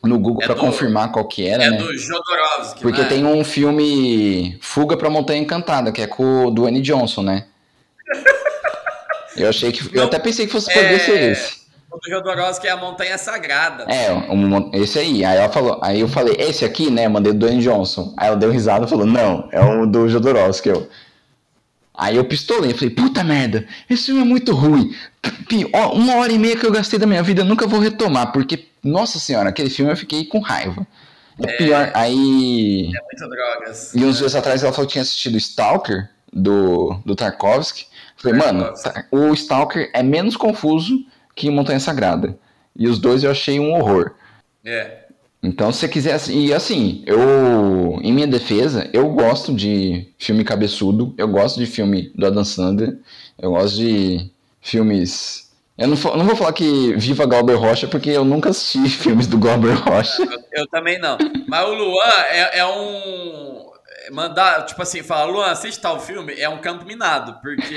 [SPEAKER 4] no Google
[SPEAKER 3] É
[SPEAKER 4] pra
[SPEAKER 3] do-
[SPEAKER 4] confirmar qual que era,
[SPEAKER 3] É
[SPEAKER 4] né?
[SPEAKER 3] do Jodorowsky,
[SPEAKER 4] Porque
[SPEAKER 3] né?
[SPEAKER 4] tem um filme Fuga pra Montanha Encantada, que é com o Dwayne Johnson, né? Eu achei que. eu
[SPEAKER 3] Não,
[SPEAKER 4] até pensei que fosse
[SPEAKER 3] é-
[SPEAKER 4] poder ser esse.
[SPEAKER 3] O do Jodorowsky é a Montanha Sagrada.
[SPEAKER 4] É, um- esse aí. Aí ela falou. Aí eu falei, esse aqui, né? Mandei do Dwayne Johnson. Aí ela deu risada e falou, não, é o do Jodorowsky. Eu. Aí eu pistolei, falei, puta merda, esse filme é muito ruim. Pi- Ó, uma hora e meia que eu gastei da minha vida, eu nunca vou retomar, porque, nossa senhora, aquele filme eu fiquei com raiva. É pior. Aí.
[SPEAKER 3] É muito drogas.
[SPEAKER 4] E uns dias atrás ela falou que tinha assistido Stalker do, do Tarkovsky. Eu Falei, mano,
[SPEAKER 3] Tarkovsky.
[SPEAKER 4] tá- o Stalker é menos confuso que Montanha Sagrada. E os dois eu achei um horror.
[SPEAKER 3] É.
[SPEAKER 4] Então, se você quiser. assim- E assim, eu. Em minha defesa, eu gosto de filme cabeçudo, eu gosto de filme do Adam Sandler, eu gosto de filmes. Eu não, fa- não vou falar que Viva Glauber Rocha, porque eu nunca assisti filmes do Glauber Rocha.
[SPEAKER 3] Eu também não. Mas o Luan é, é um. Mandar, tipo assim, falar, Luan, assiste tal filme, é um campo minado, porque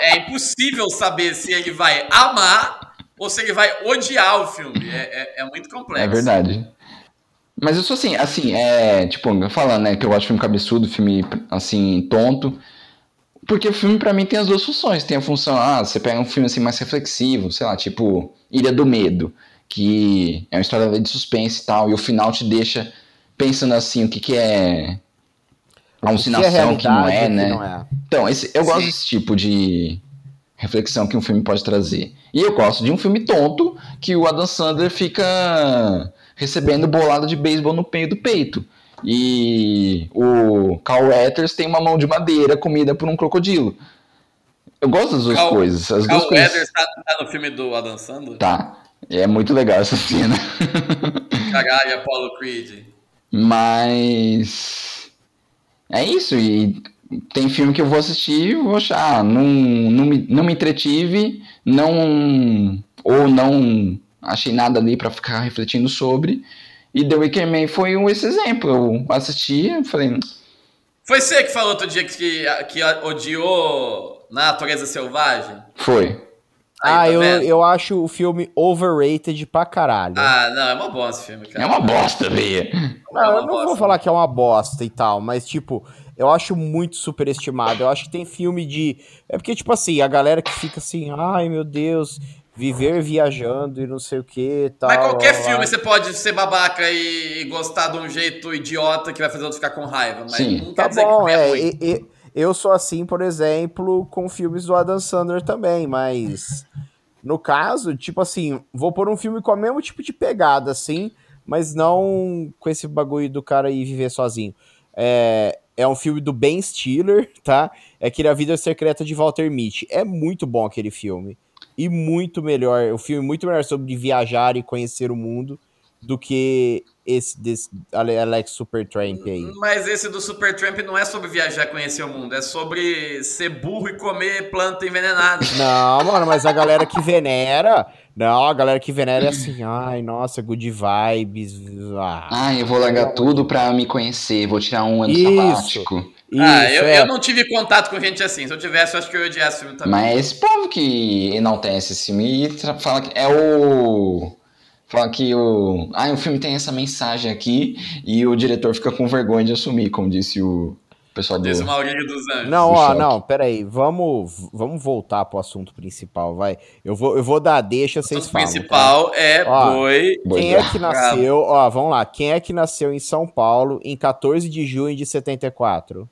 [SPEAKER 3] é impossível saber se ele vai amar ou se ele vai odiar o filme. É, é- é muito complexo.
[SPEAKER 4] É verdade. Mas eu sou assim, assim, é, tipo, eu falando, né, que eu gosto de filme cabeçudo, filme, assim, tonto. Porque o filme, pra mim, tem as duas funções. Tem a função, ah, você pega um filme, assim, mais reflexivo, sei lá, tipo, Ilha do Medo, que é uma história de suspense e tal, e o final te deixa pensando, assim, o que que é alucinação, o que, não é, né? Então, esse, eu gosto
[SPEAKER 3] Sim.
[SPEAKER 4] desse tipo de reflexão que um filme pode trazer. E eu gosto de um filme tonto que o Adam Sandler fica recebendo bolada de beisebol no meio do peito. E o Carl Weathers tem uma mão de madeira comida por um crocodilo. Eu gosto das duas
[SPEAKER 3] Carl-
[SPEAKER 4] coisas. As duas
[SPEAKER 3] Carl
[SPEAKER 4] coisas.
[SPEAKER 3] Weathers tá, tá no filme do Adam Sandler?
[SPEAKER 4] Tá. É muito legal essa cena.
[SPEAKER 3] Caralho, é Apollo Creed.
[SPEAKER 4] Mas. É isso. E tem filme que eu vou assistir e vou achar. ah, Não, não, me, não me entretive, não. Ou não achei nada ali pra ficar refletindo sobre. E The Wicker Man foi um, esse exemplo. Eu assisti e falei.
[SPEAKER 3] Foi você que falou outro dia que, que odiou na natureza selvagem? Aí,
[SPEAKER 4] Foi.
[SPEAKER 5] Ah,
[SPEAKER 3] tá
[SPEAKER 5] eu,
[SPEAKER 3] vendo?
[SPEAKER 5] eu acho o filme overrated pra caralho.
[SPEAKER 3] Ah, não, é uma boa esse filme, cara.
[SPEAKER 4] É uma bosta, velho.
[SPEAKER 5] Não, eu não vou falar que é uma bosta e tal, mas, tipo, eu acho muito superestimado. Eu acho que tem filme de. É porque, tipo assim, a galera que fica assim, ai meu Deus, viver viajando e não sei o que e tal.
[SPEAKER 3] Mas qualquer
[SPEAKER 5] lá, lá,
[SPEAKER 3] filme
[SPEAKER 5] lá.
[SPEAKER 3] você pode ser babaca e, e gostar de um jeito idiota que vai fazer outro ficar com raiva. Mas
[SPEAKER 4] Sim.
[SPEAKER 3] não
[SPEAKER 5] Tá
[SPEAKER 3] quer dizer que
[SPEAKER 5] bom,
[SPEAKER 3] é
[SPEAKER 5] é.
[SPEAKER 3] ruim.
[SPEAKER 5] e- e- eu sou assim, por exemplo, com filmes do Adam Sandler também, mas. No caso, tipo assim, vou pôr um filme com o mesmo tipo de pegada, assim, mas não com esse bagulho do cara ir viver sozinho. É, é um filme do Ben Stiller, tá? É aquele A Vida Secreta de Walter Mitty. É muito bom aquele filme. E muito melhor, um filme muito melhor sobre viajar e conhecer o mundo do que esse desse Alex Supertramp aí.
[SPEAKER 3] Mas esse do Supertramp não é sobre viajar e conhecer o mundo. É sobre ser burro e comer planta envenenada.
[SPEAKER 5] Não, mano, mas a galera que venera. Não, a galera que venera é assim, ai, nossa, good vibes. Ah.
[SPEAKER 4] Ah, eu vou largar tudo pra me conhecer. Vou tirar um ano
[SPEAKER 5] Isso.
[SPEAKER 4] sabático.
[SPEAKER 3] ah,
[SPEAKER 5] Isso,
[SPEAKER 3] eu,
[SPEAKER 5] é.
[SPEAKER 3] eu não tive contato com gente assim. Se eu tivesse, eu acho que eu ia odiar esse filme também.
[SPEAKER 4] Mas esse povo que enaltece esse filme e tra- fala que é o. Fala que o. Ah, o filme tem essa mensagem aqui e o diretor fica com vergonha de assumir, como disse o pessoal
[SPEAKER 5] é
[SPEAKER 4] do.
[SPEAKER 3] Desse Maurílio dos Anjos.
[SPEAKER 5] Não,
[SPEAKER 4] O
[SPEAKER 5] ó,
[SPEAKER 4] choque.
[SPEAKER 5] não, peraí. Vamos, vamos voltar pro assunto principal, vai. Eu vou, eu vou dar a deixa,
[SPEAKER 3] o
[SPEAKER 5] vocês
[SPEAKER 3] assunto
[SPEAKER 5] falam. tá?
[SPEAKER 3] principal é
[SPEAKER 5] Ó,
[SPEAKER 3] boi.
[SPEAKER 4] Boi
[SPEAKER 5] Quem
[SPEAKER 4] Bravo.
[SPEAKER 5] é que nasceu, ó, vamos lá. Quem é que nasceu em São Paulo em 14 de junho de 74?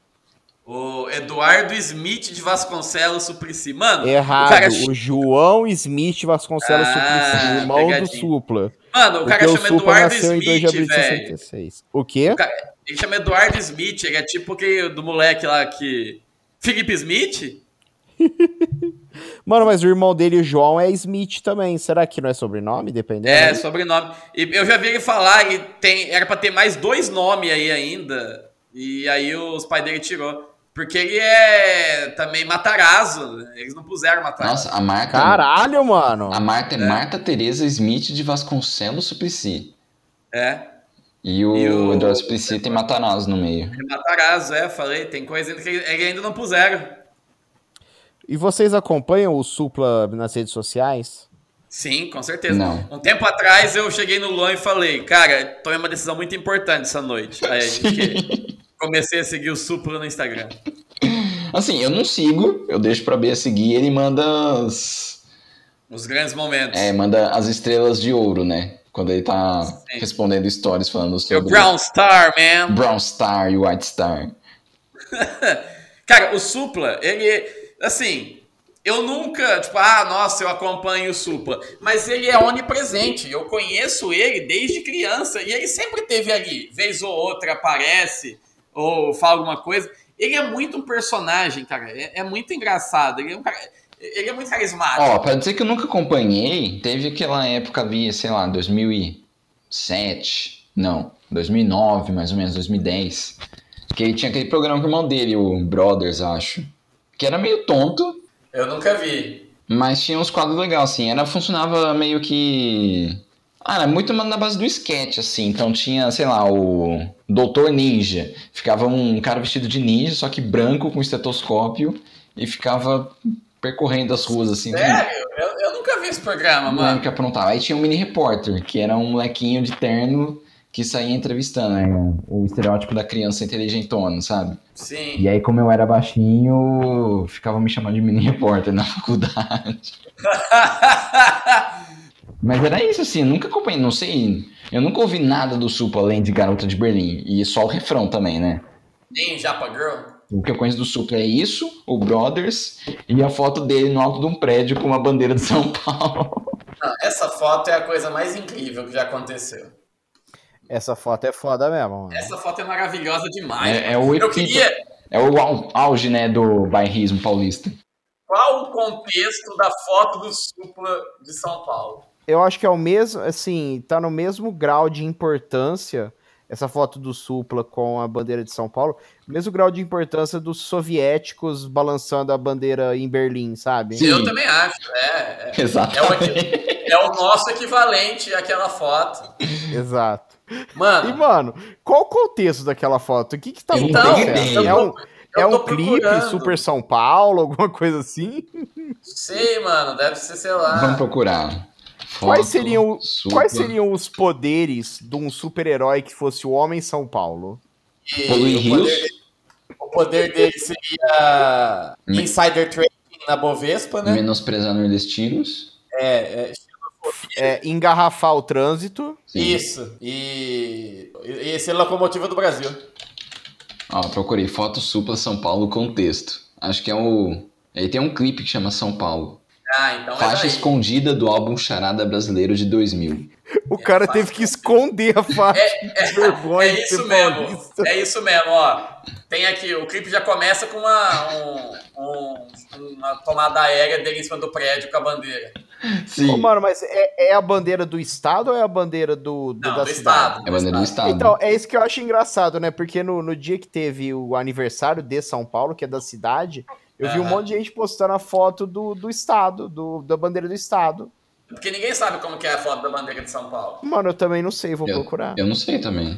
[SPEAKER 3] O Eduardo Smith de Vasconcelos Suplicy. Mano,
[SPEAKER 5] Errado.
[SPEAKER 3] Ah, o cara,
[SPEAKER 5] O João Smith Vasconcelos
[SPEAKER 3] Ah,
[SPEAKER 5] Suplicy, irmão do
[SPEAKER 3] pegadinha.
[SPEAKER 5] Supla.
[SPEAKER 3] mano, o
[SPEAKER 5] Porque
[SPEAKER 3] cara
[SPEAKER 5] o
[SPEAKER 3] chama
[SPEAKER 5] Supla
[SPEAKER 3] Eduardo
[SPEAKER 5] nasceu em 2
[SPEAKER 3] Smith,
[SPEAKER 5] de abril de
[SPEAKER 3] velho.
[SPEAKER 5] 66. O quê?
[SPEAKER 3] O cara- Ele chama Eduardo Smith, ele é tipo que, do moleque lá que. Felipe Smith?
[SPEAKER 5] Mano, mas o irmão dele, o João, é Smith também. Será que não é sobrenome? Dependendo.
[SPEAKER 3] É,
[SPEAKER 4] Uhum.
[SPEAKER 5] né?
[SPEAKER 3] sobrenome. E eu já vi ele falar, e tem, era pra ter mais dois nomes aí ainda. E aí os pais dele tirou. Porque ele é também Matarazzo. né? Eles não puseram Matarazzo.
[SPEAKER 4] Nossa, a Marta.
[SPEAKER 5] Caralho, mano.
[SPEAKER 4] A Marta é Marta Teresa Smith de Vasconcelos Suplicy.
[SPEAKER 3] É,
[SPEAKER 4] E o,
[SPEAKER 3] E o-
[SPEAKER 4] Eduardo Suplicy tem Matarazzo no meio.
[SPEAKER 3] é Matarazzo, é, falei. Tem coisa ainda que ele, ele ainda não puseram.
[SPEAKER 5] E vocês acompanham o Supla nas redes sociais?
[SPEAKER 3] Sim, com certeza.
[SPEAKER 4] Não.
[SPEAKER 3] Um tempo atrás eu cheguei no Luan e falei, cara, tomei uma decisão muito importante essa noite. Aí que comecei a seguir o Supla no Instagram.
[SPEAKER 4] Assim, eu não sigo, eu deixo pra Bia seguir, ele manda as,
[SPEAKER 3] Os grandes momentos.
[SPEAKER 4] é, manda as estrelas de ouro, né? Quando ele tá
[SPEAKER 3] Sim.
[SPEAKER 4] respondendo stories falando
[SPEAKER 3] Meu
[SPEAKER 4] sobre
[SPEAKER 3] Brown Star, man.
[SPEAKER 4] Brown Star e White Star.
[SPEAKER 3] Cara, o Supla, ele. Assim, eu nunca, tipo, ah, nossa, eu acompanho o Supla. Mas ele é onipresente. Eu conheço ele desde criança. E ele sempre teve ali. Vez ou outra aparece, ou fala alguma coisa. Ele é muito um personagem, cara. É, é muito engraçado. Ele é, um cara, ele é muito carismático.
[SPEAKER 4] Ó, pra dizer que eu nunca acompanhei, teve aquela época, via, sei lá, 2007, não, 2009, mais ou menos, 2010, que ele tinha aquele programa com o irmão dele, o Brothers, acho, que era meio tonto,
[SPEAKER 3] Eu nunca vi.
[SPEAKER 4] mas tinha uns quadros legais, assim, era, funcionava meio que... Ah, era muito na base do sketch, assim, então tinha, sei lá, o Doutor Ninja, ficava um cara vestido de ninja, só que branco, com estetoscópio, e ficava percorrendo as ruas, assim,
[SPEAKER 3] Sério? Eu, eu nunca vi esse programa,
[SPEAKER 4] não lembro
[SPEAKER 3] mano.
[SPEAKER 4] que aprontava. Aí tinha um mini repórter, que era um molequinho de terno que saía entrevistando, né? O estereótipo da criança inteligentona, sabe?
[SPEAKER 3] Sim.
[SPEAKER 4] E aí, como eu era baixinho, ficavam me chamando de mini repórter na faculdade. Mas era isso, assim, eu nunca acompanhei, não sei. Eu nunca ouvi nada do Supa além de Garota de Berlim. E só o refrão também, né?
[SPEAKER 3] Nem Japa Girl.
[SPEAKER 4] O que eu conheço do Supla é isso, o Brothers, e a foto dele no alto de um prédio com uma bandeira de São Paulo.
[SPEAKER 3] Não, essa foto é a coisa mais incrível que já aconteceu.
[SPEAKER 5] Essa foto é foda mesmo, mano.
[SPEAKER 3] Essa foto é maravilhosa demais.
[SPEAKER 4] É, é o
[SPEAKER 3] Eu
[SPEAKER 4] epígono.
[SPEAKER 3] queria.
[SPEAKER 4] É o au- auge, né, do bairrismo paulista.
[SPEAKER 3] Qual o contexto da foto do Supla de São Paulo?
[SPEAKER 5] Eu acho que é o mesmo, assim, tá no mesmo grau de importância essa foto do Supla com a bandeira de São Paulo, mesmo grau de importância dos soviéticos balançando a bandeira em Berlim, sabe?
[SPEAKER 4] Sim.
[SPEAKER 3] Eu também acho. É, é, é
[SPEAKER 4] Exatamente.
[SPEAKER 3] o, é o nosso equivalente àquela foto.
[SPEAKER 5] Exato. E,
[SPEAKER 3] Mano,
[SPEAKER 5] mano, qual o contexto daquela foto? O que que tá
[SPEAKER 4] Então,
[SPEAKER 5] acontecendo?
[SPEAKER 4] eu
[SPEAKER 5] É um,
[SPEAKER 3] tô- eu
[SPEAKER 5] é
[SPEAKER 3] tô
[SPEAKER 5] um clipe
[SPEAKER 3] procurando.
[SPEAKER 5] Super São Paulo, alguma coisa assim?
[SPEAKER 3] sei, mano, deve ser, sei lá.
[SPEAKER 4] Vamos procurar. Foto,
[SPEAKER 5] Quais seriam,
[SPEAKER 4] supla.
[SPEAKER 5] quais seriam os poderes de um super-herói que fosse o Homem São Paulo?
[SPEAKER 3] E
[SPEAKER 4] Poluir
[SPEAKER 3] o,
[SPEAKER 4] rios?
[SPEAKER 3] poder, o poder dele seria insider trading na Bovespa, né?
[SPEAKER 4] Menosprezar nordestinos.
[SPEAKER 3] É, é,
[SPEAKER 5] É, engarrafar o trânsito.
[SPEAKER 4] Sim.
[SPEAKER 3] isso. E, e, e ser locomotiva do Brasil.
[SPEAKER 4] Ó, procurei foto supla São Paulo contexto. Acho que é o... Aí tem um clipe que chama São Paulo.
[SPEAKER 3] Ah, então é
[SPEAKER 4] Faixa
[SPEAKER 3] daí.
[SPEAKER 4] escondida do álbum Charada Brasileiro de 2000.
[SPEAKER 5] O cara teve que esconder a faixa. que vergonha
[SPEAKER 3] É
[SPEAKER 5] de ser
[SPEAKER 3] isso mesmo,
[SPEAKER 5] paulista.
[SPEAKER 3] é isso mesmo, ó. Tem aqui, o clipe já começa com uma, um- um- uma tomada aérea dele em cima do prédio com a bandeira.
[SPEAKER 4] Sim.
[SPEAKER 5] Ô, mano, mas é, é a bandeira do estado ou é a bandeira do, do-
[SPEAKER 3] Não,
[SPEAKER 5] da
[SPEAKER 3] do
[SPEAKER 5] cidade?
[SPEAKER 3] estado.
[SPEAKER 4] É a bandeira do estado.
[SPEAKER 5] Então, é isso que eu acho engraçado, né? Porque no, no dia que teve o aniversário de São Paulo, que é da cidade, eu vi um
[SPEAKER 3] Aham.
[SPEAKER 5] monte de gente postando a foto do, do estado, do, da bandeira do estado.
[SPEAKER 3] Porque ninguém sabe como que é a foto da bandeira de São Paulo.
[SPEAKER 5] Mano, eu também não sei, vou
[SPEAKER 4] Eu-
[SPEAKER 5] procurar.
[SPEAKER 4] Eu não sei também.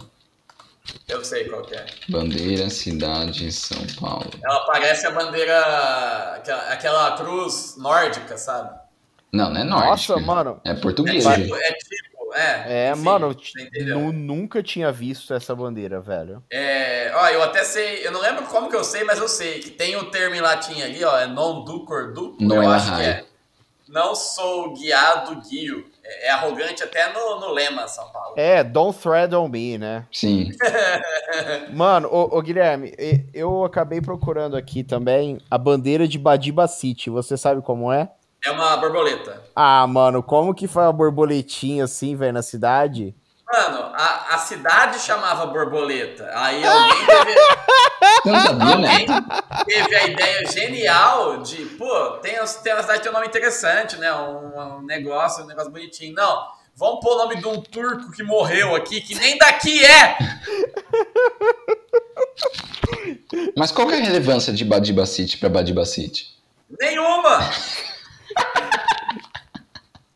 [SPEAKER 3] Eu sei qual que é.
[SPEAKER 4] Bandeira, cidade, São Paulo.
[SPEAKER 3] Ela parece a bandeira. aquela, aquela cruz nórdica, sabe?
[SPEAKER 4] Não, não é norte.
[SPEAKER 5] Nossa, mano.
[SPEAKER 4] É
[SPEAKER 3] É
[SPEAKER 4] português.
[SPEAKER 3] tipo, é tipo, é.
[SPEAKER 5] É,
[SPEAKER 3] enfim,
[SPEAKER 5] mano,
[SPEAKER 3] você entendeu?
[SPEAKER 5] nu- nunca tinha visto essa bandeira, velho.
[SPEAKER 3] É, ó, eu até sei, eu não lembro como que eu sei, mas eu sei que tem o termo em latim ali, ó, é non ducor duco,
[SPEAKER 4] Não
[SPEAKER 3] eu
[SPEAKER 4] é
[SPEAKER 3] acho que
[SPEAKER 4] raio.
[SPEAKER 3] é. Não sou guiado, guio. É, é arrogante até no, no lema, São Paulo.
[SPEAKER 5] É, Don't Thread on Me, né?
[SPEAKER 4] Sim.
[SPEAKER 5] Mano, ô, ô, Guilherme, e- eu acabei procurando aqui também a bandeira de Badiba City. Você sabe como é?
[SPEAKER 3] É uma borboleta.
[SPEAKER 5] Ah, mano, como que foi a borboletinha assim, velho, na cidade?
[SPEAKER 3] Mano, a, a cidade chamava borboleta. Aí alguém teve,
[SPEAKER 4] Você não sabia, né?
[SPEAKER 3] alguém teve a ideia genial de, pô, tem, os- tem uma cidade que tem um nome interessante, né? Um, um negócio, um negócio bonitinho. Não, vamos pôr o nome de um turco que morreu aqui, que nem daqui é!
[SPEAKER 4] Mas qual que é a relevância de Badiba City pra Badiba City?
[SPEAKER 3] Nenhuma!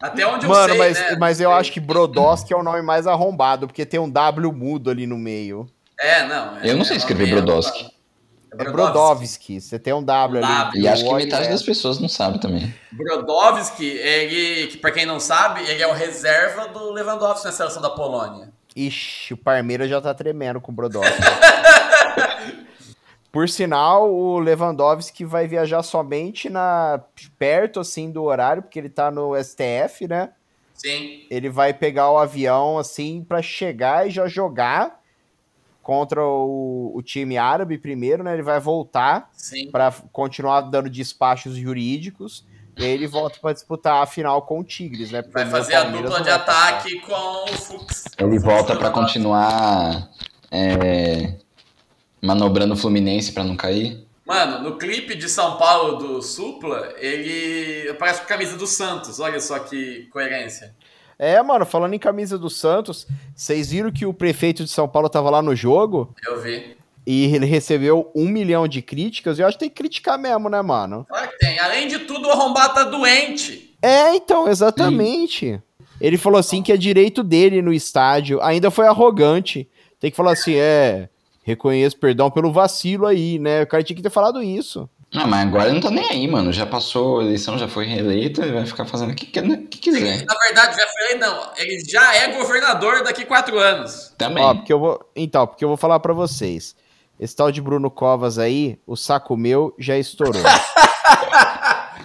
[SPEAKER 3] Até onde eu
[SPEAKER 5] Mano,
[SPEAKER 3] sei,
[SPEAKER 5] mas,
[SPEAKER 3] né?
[SPEAKER 5] mas eu
[SPEAKER 3] Sei.
[SPEAKER 5] acho que Brodowski é o nome mais arrombado, porque tem um W mudo ali no meio.
[SPEAKER 3] É, não. é-
[SPEAKER 4] Eu não sei
[SPEAKER 3] é
[SPEAKER 4] escrever
[SPEAKER 3] nome-
[SPEAKER 4] Brodowski.
[SPEAKER 5] É Brodowski, você tem um W ali.
[SPEAKER 4] E acho que tá
[SPEAKER 5] O
[SPEAKER 4] metade
[SPEAKER 5] é-
[SPEAKER 4] das pessoas não sabe também.
[SPEAKER 3] Brodowski, ele, que pra quem não sabe, ele é o reserva do Lewandowski na seleção da Polônia.
[SPEAKER 5] Ixi, o Parmeira já tá tremendo com o Brodowski. Por sinal, o Lewandowski vai viajar somente na perto assim do horário, porque ele tá no STF, né?
[SPEAKER 3] Sim.
[SPEAKER 5] Ele vai pegar o avião assim pra chegar e já jogar contra o, o time árabe primeiro, né? Ele vai voltar
[SPEAKER 3] Sim.
[SPEAKER 5] pra continuar dando despachos jurídicos. E aí ele volta pra disputar a final com o Tigres, né? Porque
[SPEAKER 3] Vai
[SPEAKER 5] o
[SPEAKER 3] fazer a
[SPEAKER 5] Palmeiras
[SPEAKER 3] dupla
[SPEAKER 5] não
[SPEAKER 3] de
[SPEAKER 5] vai passar.
[SPEAKER 3] ataque com o Fux.
[SPEAKER 4] Ele
[SPEAKER 3] Fux
[SPEAKER 4] volta pra
[SPEAKER 3] Lewandowski.
[SPEAKER 4] continuar é, manobrando o Fluminense pra não cair.
[SPEAKER 3] Mano, no clipe de São Paulo do Supla, ele parece com a camisa do Santos. Olha só que coerência.
[SPEAKER 5] É, mano, falando em camisa do Santos, vocês viram que o prefeito de São Paulo tava lá no jogo
[SPEAKER 3] Eu vi.
[SPEAKER 5] e ele recebeu um milhão de críticas. Eu acho que tem que criticar mesmo, né, mano?
[SPEAKER 3] Claro que tem. Além de tudo, o arrombado tá doente.
[SPEAKER 5] É, então, exatamente. Ele falou assim que é direito dele no estádio. Ainda foi arrogante. Tem que falar assim, é. Reconheço perdão pelo vacilo aí, né? O cara tinha que ter falado isso.
[SPEAKER 4] Ah, mas agora ele não tá nem aí, mano. Já passou a eleição, já foi reeleito, ele vai ficar fazendo o que, né, que- que quiser.
[SPEAKER 3] Na verdade, já falei, não. Ele já é governador daqui quatro anos.
[SPEAKER 4] Também.
[SPEAKER 5] Ó, porque eu vou. Então, porque eu vou falar pra vocês. Esse tal de Bruno Covas aí, o saco meu já estourou.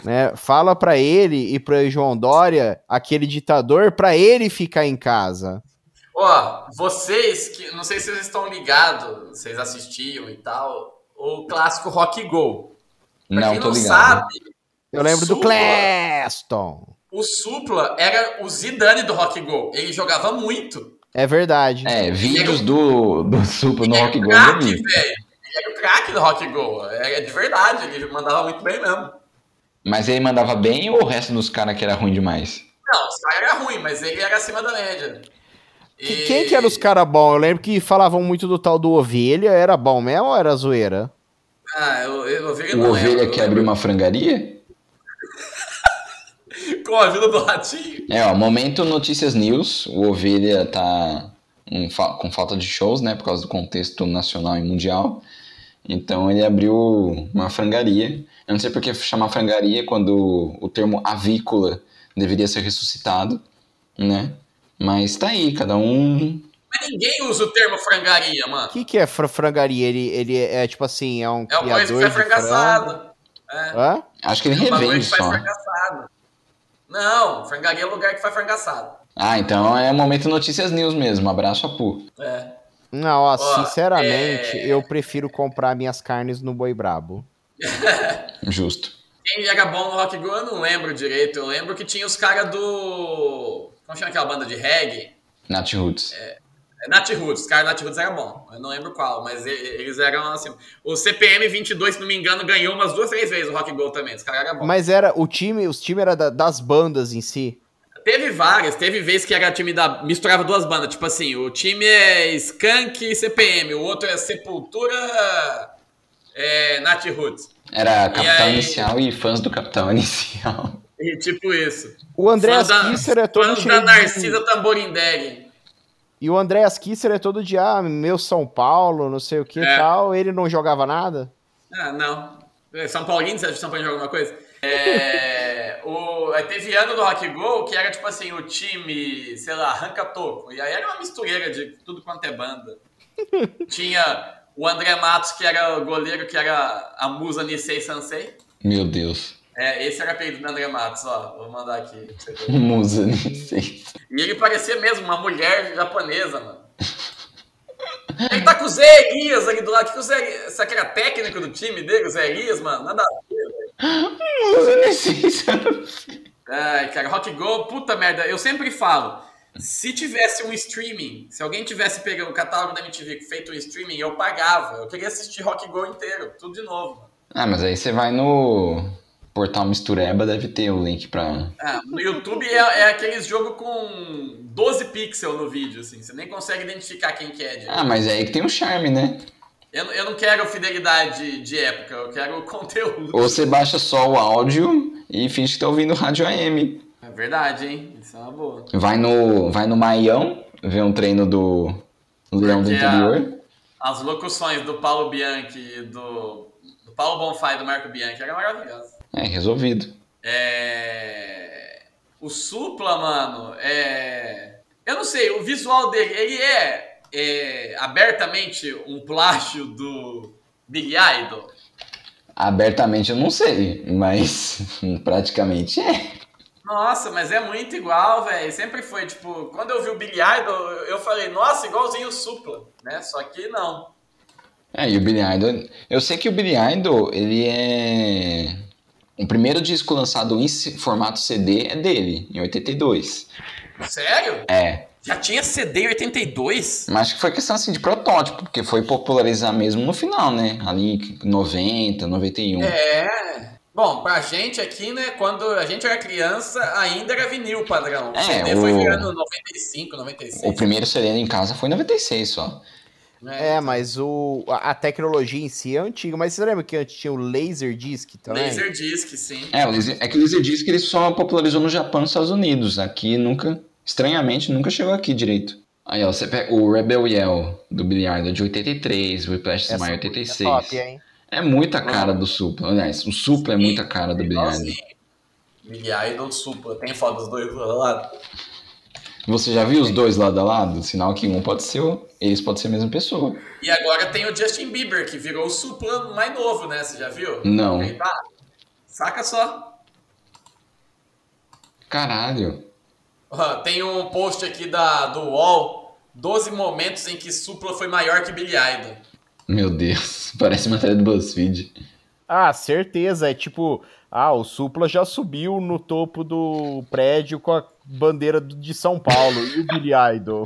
[SPEAKER 5] né? Fala pra ele e pra João Dória, aquele ditador, pra ele ficar em casa.
[SPEAKER 3] Ó, vocês que. Não sei se vocês estão ligados, vocês assistiam e tal. O clássico Rock Go. Pra
[SPEAKER 4] não,
[SPEAKER 3] quem
[SPEAKER 4] tô
[SPEAKER 3] não
[SPEAKER 4] ligado.
[SPEAKER 3] sabe,
[SPEAKER 5] Eu lembro do
[SPEAKER 3] Supla.
[SPEAKER 5] Cleston.
[SPEAKER 3] o Supla era o Zidane do Rock Go. Ele jogava muito.
[SPEAKER 5] É verdade.
[SPEAKER 3] um
[SPEAKER 4] É, vídeos do, do Supla no
[SPEAKER 3] Ele
[SPEAKER 4] Rock
[SPEAKER 3] era o
[SPEAKER 4] Go eu
[SPEAKER 3] craque,
[SPEAKER 4] vi.
[SPEAKER 3] um velho. Ele era o craque do Rock Go. É de verdade, ele mandava muito bem mesmo.
[SPEAKER 4] Mas ele mandava bem ou o resto dos caras que era ruim demais?
[SPEAKER 3] Não, os caras eram ruins, mas ele era acima da média.
[SPEAKER 5] Que-
[SPEAKER 3] E-
[SPEAKER 5] Quem que era os caras bons? Eu lembro que falavam muito do tal do Ovelha. Era bom mesmo ou era zoeira?
[SPEAKER 3] Ah, eu, eu, eu, vi,
[SPEAKER 4] O
[SPEAKER 3] não lembro,
[SPEAKER 4] Ovelha
[SPEAKER 3] eu
[SPEAKER 4] que
[SPEAKER 3] lembro.
[SPEAKER 4] abriu uma frangaria?
[SPEAKER 3] Com a ajuda do Ratinho.
[SPEAKER 4] É, ó, momento Notícias News. O Ovelha tá um fa- com falta de shows, né? Por causa do contexto nacional e mundial. Então ele abriu uma frangaria. Eu não sei por que chamar frangaria quando o termo avícola deveria ser ressuscitado, né? Mas tá aí, cada um.
[SPEAKER 3] Mas ninguém usa o termo frangaria,
[SPEAKER 5] O
[SPEAKER 3] mano.
[SPEAKER 5] que, que é fra- frangaria? Ele, ele é tipo assim, é um.
[SPEAKER 3] É uma coisa que foi
[SPEAKER 5] criador de frango.
[SPEAKER 3] frangaçado. É.
[SPEAKER 5] Hã?
[SPEAKER 4] Acho que ele
[SPEAKER 3] É um bagulho
[SPEAKER 4] revende
[SPEAKER 3] que faz
[SPEAKER 4] só.
[SPEAKER 3] frangaçado. Não, frangaria é lugar que faz frangaçado.
[SPEAKER 4] Ah, então é o momento Notícias News mesmo. Abraço a Pu.
[SPEAKER 3] É.
[SPEAKER 5] Não, ó,
[SPEAKER 3] Ó,
[SPEAKER 5] sinceramente,
[SPEAKER 3] é-
[SPEAKER 5] eu prefiro comprar minhas carnes no Boi Brabo.
[SPEAKER 4] Justo.
[SPEAKER 3] Quem era bom no Rock Go eu não lembro direito. Eu lembro que tinha os caras do. Como chama aquela banda de reggae?
[SPEAKER 4] Nath Roots.
[SPEAKER 3] É Nat Roots. Os caras Nat Roots eram bom. Eu não lembro qual, mas e- e- eles eram assim. O CPM 22, se não me engano, ganhou umas duas, três vezes o Rock Go também. Os caras eram bons.
[SPEAKER 5] Mas era o time, os times eram das bandas em si.
[SPEAKER 3] Teve várias, teve vezes que era time da. misturava duas bandas, tipo assim, o time é Skank e CPM, o outro é Sepultura é, Nat Roots.
[SPEAKER 4] Era Capital
[SPEAKER 3] aí-
[SPEAKER 4] Inicial e fãs do Capital Inicial.
[SPEAKER 3] E tipo isso.
[SPEAKER 5] O André
[SPEAKER 3] Fãs da-
[SPEAKER 5] Kisser é todo
[SPEAKER 3] fãs da
[SPEAKER 5] cheio de...
[SPEAKER 3] Narcisa Tamborindeg.
[SPEAKER 5] E o Andréas Kisser é todo dia, ah, meu São Paulo, não sei o que e
[SPEAKER 3] É.
[SPEAKER 5] tal. Ele não jogava nada?
[SPEAKER 3] Ah, não. São Paulino, você acha que São Paulo joga alguma coisa? É, o, aí teve ano do Rock Go que era tipo assim, o time, sei lá, arranca toco. E aí era uma mistureira de tudo quanto é banda. Tinha o André Matos, que era o goleiro, que era a musa Nisei Sansei.
[SPEAKER 4] Meu Deus.
[SPEAKER 3] É, esse era o apelido do André Matos, ó. Vou mandar aqui pra você ver.
[SPEAKER 4] Musa, nem sei.
[SPEAKER 3] E ele parecia mesmo uma mulher japonesa, mano. Ele tá com o Zé Elias ali do lado. Que que o Zé Elias, será que era técnico do time dele, o Zé Elias, mano? Nada a ver, velho.
[SPEAKER 4] Musa, nem sei. sabe?
[SPEAKER 3] Ai, cara, Rock Go, puta merda. Eu sempre falo, se tivesse um streaming, se alguém tivesse pegado o catálogo da MTV e feito um streaming, eu pagava. Eu queria assistir Rock Go inteiro, tudo de novo. mano.
[SPEAKER 4] Ah, mas aí você vai no portal Mistureba, deve ter o link pra.
[SPEAKER 3] Ah, no YouTube é, é aqueles jogo com 12 pixels no vídeo, assim. Você nem consegue identificar quem que é. de-
[SPEAKER 4] Ah, mas é aí que tem o charme, né?
[SPEAKER 3] Eu, eu não quero fidelidade de época, eu quero conteúdo.
[SPEAKER 4] Ou você baixa só o áudio e finge que tá ouvindo rádio AM.
[SPEAKER 3] É verdade, hein? Isso é uma boa.
[SPEAKER 4] Vai no, vai no Maião, vê um treino do Leão do
[SPEAKER 3] Porque a-
[SPEAKER 4] Interior.
[SPEAKER 3] As locuções do Paulo Bianchi e do, do Paulo Bonfá e do Marco Bianchi eram maravilhosas.
[SPEAKER 4] É, resolvido.
[SPEAKER 3] É... O Supla, mano, é... Eu não sei, o visual dele, ele é, é, abertamente um plágio do Big Idol.
[SPEAKER 4] Abertamente eu não sei, mas praticamente é.
[SPEAKER 3] Nossa, mas é muito igual, velho. Sempre foi, tipo, quando eu vi o Big Idol, eu falei, nossa, igualzinho o Supla, né? Só que não.
[SPEAKER 4] É, e o Billy Idol. Eu sei que o Billy Idol, ele é. O primeiro disco lançado em c- formato CD é dele, em 82.
[SPEAKER 3] Sério?
[SPEAKER 4] É,
[SPEAKER 3] Já tinha CD em 82?
[SPEAKER 4] mas acho que foi questão assim de protótipo, porque foi popularizar mesmo no final, né? Ali em 90, 91.
[SPEAKER 3] É. Bom, pra gente aqui, né, quando a gente era criança, ainda era vinil padrão. O
[SPEAKER 4] É,
[SPEAKER 3] CD foi
[SPEAKER 4] o-
[SPEAKER 3] virando 95, 96.
[SPEAKER 4] O primeiro CD em casa foi em 96 só.
[SPEAKER 3] né?
[SPEAKER 5] É, mas o, a, a tecnologia em si é antiga. Mas você lembra que antes tinha o Laserdisc também?
[SPEAKER 3] Laser Disc, sim.
[SPEAKER 4] É, o Lizzy- é que o Lizzy disse que ele só popularizou no Japão e nos Estados Unidos. Aqui nunca, estranhamente, nunca chegou aqui direito. Aí, ó, você pega o Rebel Yell do Billiardo de 83, o Whiplash
[SPEAKER 5] Essa
[SPEAKER 4] Smile
[SPEAKER 5] música é
[SPEAKER 4] 86.
[SPEAKER 5] top, hein?
[SPEAKER 4] É muita cara do Supla. Aliás, o Supla é muita cara do Billiardo.
[SPEAKER 3] Billy Idol, Supla. Tem foto dos dois do lado?
[SPEAKER 4] Você já viu os dois lado a lado? Sinal que um pode ser, o- eles podem ser a mesma pessoa.
[SPEAKER 3] E agora tem o Justin Bieber, que virou o Supla mais novo, né? Você já viu?
[SPEAKER 4] Não.
[SPEAKER 3] Aí tá. Saca só.
[SPEAKER 4] Caralho.
[SPEAKER 3] Ó, Tem um post aqui da, do UOL, 12 momentos em que Supla foi maior que Billy Idol.
[SPEAKER 4] Meu Deus. Parece matéria do BuzzFeed.
[SPEAKER 5] Ah, certeza. É tipo, ah, o Supla já subiu no topo do prédio com a bandeira do- de São Paulo e o Billy Idol.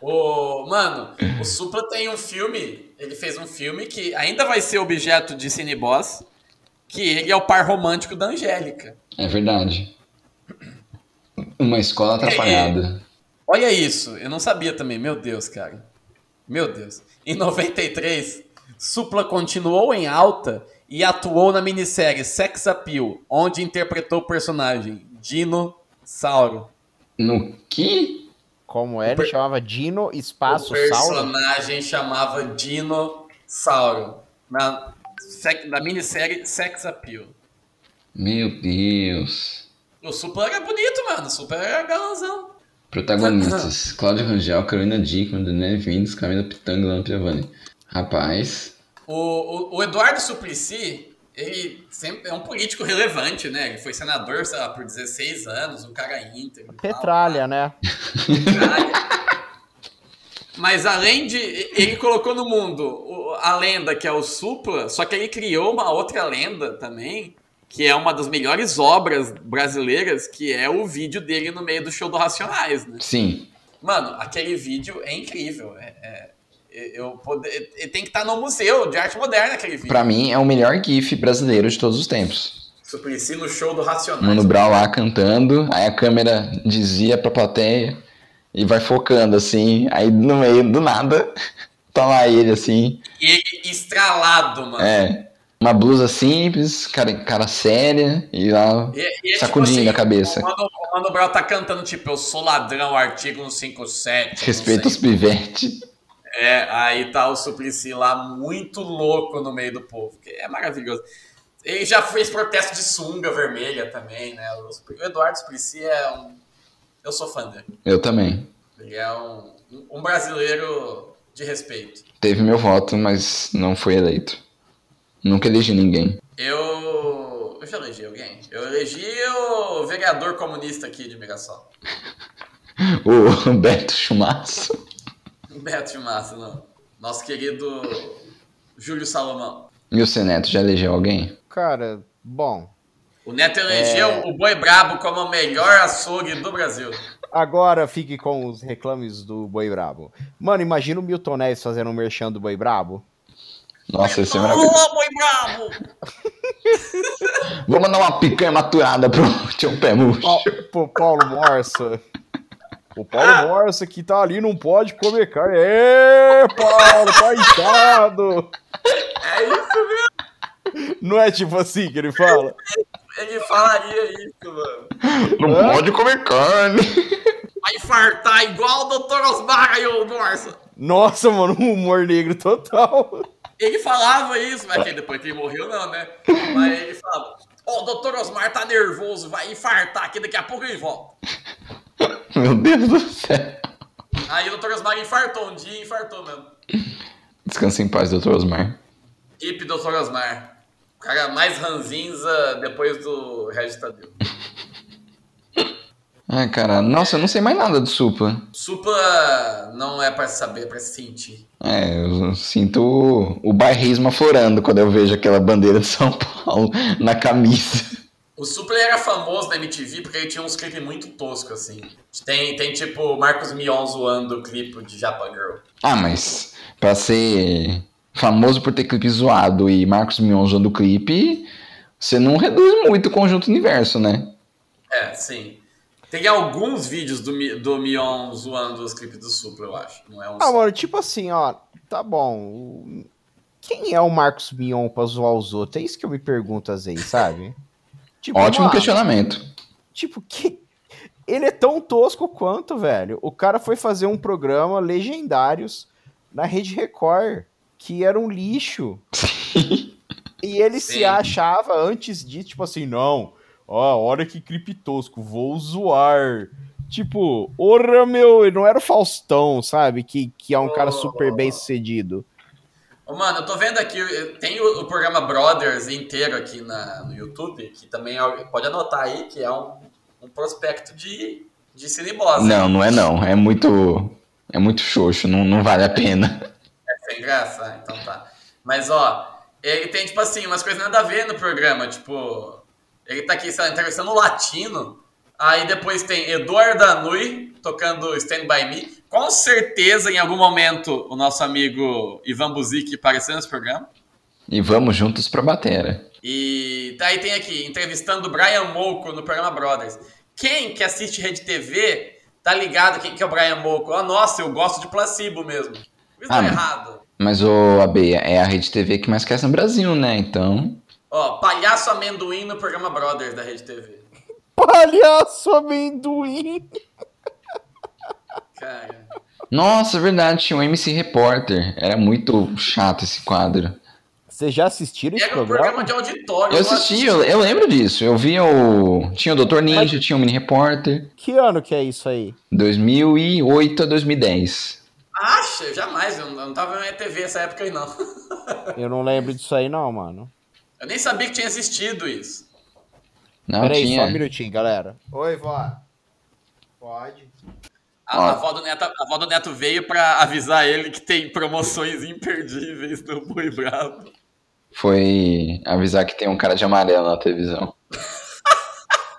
[SPEAKER 3] O, mano, o Supla tem um filme, ele fez um filme que ainda vai ser objeto de Cineboss, que ele é o par romântico da Angélica.
[SPEAKER 4] É verdade. Uma escola atrapalhada.
[SPEAKER 3] Olha isso, eu não sabia também, meu Deus, cara. Meu Deus. Em 93, Supla continuou em alta e atuou na minissérie Sex Appeal, onde interpretou o personagem Dinossauro.
[SPEAKER 4] No que?
[SPEAKER 5] Como era?
[SPEAKER 3] per-
[SPEAKER 5] Ele chamava Dino
[SPEAKER 3] O
[SPEAKER 5] Espaço Saulo.
[SPEAKER 3] personagem chamava Dinossauro na, sec- na minissérie Sex Appeal.
[SPEAKER 4] Meu Deus.
[SPEAKER 3] O Supla era bonito, mano. O Supla era galãozão.
[SPEAKER 4] Protagonistas: Cláudio Rangel, Carolina Dickman, Daniel Vindes, Camila Pitanga, Lana Piovani. Rapaz,
[SPEAKER 3] O, o, o Eduardo Suplicy, ele sempre é um político relevante, né? Ele foi senador, sei lá, por 16 anos, um cara íntegro. e tal.
[SPEAKER 5] Petralha, né?
[SPEAKER 3] Mas além de. Ele colocou no mundo o- a lenda que é o Supla, só que ele criou uma outra lenda também, que é uma das melhores obras brasileiras, que é o vídeo dele no meio do show do Racionais, né?
[SPEAKER 4] sim.
[SPEAKER 3] Mano, aquele vídeo é incrível. É, é- eu pode- é- tem que estar no museu de arte moderna aquele vídeo.
[SPEAKER 4] Pra mim é o melhor GIF brasileiro de todos os tempos.
[SPEAKER 3] Suplicy no show do
[SPEAKER 4] Mano
[SPEAKER 3] Racionais.
[SPEAKER 4] Brau lá cantando, aí a câmera desvia pra plateia e vai focando assim, aí no meio do nada tá lá ele assim.
[SPEAKER 3] E ele estralado, mano.
[SPEAKER 4] É. Uma blusa simples, cara, cara séria e lá
[SPEAKER 3] E- e é
[SPEAKER 4] sacudindo
[SPEAKER 3] tipo
[SPEAKER 4] a cabeça.
[SPEAKER 3] O Mano, o Mano Brown tá cantando, tipo, eu sou ladrão, artigo 157. não
[SPEAKER 4] Respeita
[SPEAKER 3] sei.
[SPEAKER 4] os pivete.
[SPEAKER 3] É, aí tá o Suplicy lá muito louco no meio do povo, que é maravilhoso. Ele já fez protesto de sunga vermelha também, né? O Suplicy- o Eduardo Suplicy é um. Eu sou fã dele.
[SPEAKER 4] Eu também.
[SPEAKER 3] Ele é um, um brasileiro de respeito.
[SPEAKER 4] Teve meu voto, mas não foi eleito. Nunca elegi ninguém.
[SPEAKER 3] Eu. Eu já elegi alguém? Eu elegi o vereador comunista aqui de Mirassol.
[SPEAKER 4] O Beto Chumaço.
[SPEAKER 3] O Beto de Massa, não. Nosso querido Júlio Salomão.
[SPEAKER 4] E o Seneto já elegeu alguém?
[SPEAKER 5] Cara, bom.
[SPEAKER 3] O Neto elegeu
[SPEAKER 4] É.
[SPEAKER 3] o Boi Brabo como o melhor açougue do Brasil.
[SPEAKER 5] Agora fique com os reclames do Boi Brabo. Mano, imagina o Milton Neves fazendo um merchan do Boi Brabo.
[SPEAKER 4] Nossa, esse é maravilhoso.
[SPEAKER 3] Alô, Boi Brabo!
[SPEAKER 4] Vou mandar uma picanha maturada pro Tio Pé Murcho.
[SPEAKER 5] Pa- Pro Paulo Morsa. O
[SPEAKER 3] Ah.
[SPEAKER 5] Paulo Morsa que tá ali não pode comer carne. Ê, Paulo, tá inchado!
[SPEAKER 3] É isso mesmo.
[SPEAKER 5] Não é tipo assim que ele fala?
[SPEAKER 3] Ele falaria isso, mano.
[SPEAKER 4] Não
[SPEAKER 5] Hã?
[SPEAKER 4] pode comer carne.
[SPEAKER 3] Vai infartar igual o Dr. Osmar aí, ô Norsa.
[SPEAKER 5] Nossa, mano, um humor negro total.
[SPEAKER 3] Ele falava isso, mas que depois que ele morreu, não, né? Mas ele falava: Ó, o Dr. Osmar tá nervoso, vai infartar, que daqui a pouco ele volta.
[SPEAKER 4] Meu Deus do céu.
[SPEAKER 3] Aí o Dr. Osmar infartou um dia e infartou mesmo.
[SPEAKER 4] Descanse em paz, Dr. Osmar.
[SPEAKER 3] Hip Dr. Osmar. O cara mais ranzinza depois do Regis Tadeu.
[SPEAKER 4] Ah, cara, nossa, eu não sei mais nada do Supa.
[SPEAKER 3] Supla não é pra se saber, é pra se sentir.
[SPEAKER 4] É, eu sinto o- o bairrismo aflorando quando eu vejo aquela bandeira de São Paulo na camisa.
[SPEAKER 3] O Supla ele era famoso na MTV porque ele tinha uns clipes muito toscos, assim. Tem, tem tipo o Marcos Mion zoando o clipe de Japan Girl.
[SPEAKER 4] Ah, mas pra ser famoso por ter clipe zoado e Marcos Mion zoando o clipe, você não reduz muito o conjunto universo, né?
[SPEAKER 3] É, sim. Tem alguns vídeos do, Mi- do Mion zoando os clipes do Supla, eu acho. Não é um
[SPEAKER 5] Ah, mano, tipo assim, ó. Tá bom. o- Quem é o Marcos Mion pra zoar os outros? É isso que eu me pergunto às vezes, sabe? Tipo,
[SPEAKER 4] Ótimo
[SPEAKER 5] mano,
[SPEAKER 4] questionamento.
[SPEAKER 5] Tipo, que... ele é tão tosco quanto, velho. O cara foi fazer um programa Legendários na Rede Record, que era um lixo. e ele
[SPEAKER 3] Sim.
[SPEAKER 5] se achava antes disso, tipo assim, não, ó, olha que clipe tosco, vou zoar. Tipo, ora meu, ele não era o Faustão, sabe? Que, que é um cara
[SPEAKER 3] Oh.
[SPEAKER 5] super bem sucedido.
[SPEAKER 3] Ô, Mano, eu tô vendo aqui, eh, tem o, o programa Brothers inteiro aqui na- no YouTube, que também é- pode anotar aí que é um, um prospecto de, de cinebosa.
[SPEAKER 4] Não, não é não. É muito. É muito xoxo, não, não vale a pena.
[SPEAKER 3] Sem graça, ah, então tá. Mas ó, ele tem, tipo assim, umas coisas nada a ver no programa, tipo, ele tá aqui, sei lá, entrevistando um latino, aí depois tem Eduardo Anui tocando Stand By Me, com certeza em algum momento o nosso amigo Ivan Buzik apareceu nesse programa,
[SPEAKER 4] E vamos juntos pra batera.
[SPEAKER 3] e tá aí tem aqui, entrevistando o Brian Molko no programa Brothers. Quem que assiste Rede TV tá ligado quem que é o Brian Molko? Ah, nossa, eu gosto de placebo mesmo. Isso
[SPEAKER 4] Ah,
[SPEAKER 3] tá
[SPEAKER 4] mas-
[SPEAKER 3] errado.
[SPEAKER 4] Mas o AB é a rede TV que mais cresce no Brasil, né? Então.
[SPEAKER 3] Ó, palhaço amendoim no programa Brothers da Rede TV.
[SPEAKER 5] Palhaço amendoim!
[SPEAKER 3] Cara.
[SPEAKER 4] Nossa, verdade, tinha um MC Repórter. Era muito chato esse quadro.
[SPEAKER 5] Vocês já assistiram esse
[SPEAKER 3] Era um
[SPEAKER 5] programa?
[SPEAKER 3] programa de auditório.
[SPEAKER 4] Eu assisti, eu, eu lembro disso. Eu vi o. Tinha o Dr. Ninja, tinha o Mini Repórter.
[SPEAKER 5] Que ano que é isso aí?
[SPEAKER 4] 2008 a 2010.
[SPEAKER 3] Acha? Jamais. Eu não, eu não tava vendo TV essa época aí, não.
[SPEAKER 5] Eu não lembro disso aí não, mano.
[SPEAKER 3] Eu nem sabia que tinha existido isso.
[SPEAKER 4] Não
[SPEAKER 5] Peraí,
[SPEAKER 4] tinha.
[SPEAKER 5] só um minutinho, galera. Oi, vó. Pode.
[SPEAKER 3] A,
[SPEAKER 4] Ó.
[SPEAKER 3] a avó do Neto, a avó do Neto veio pra avisar ele que tem promoções imperdíveis no Boi Bravo.
[SPEAKER 4] Foi avisar que tem um cara de amarelo na televisão.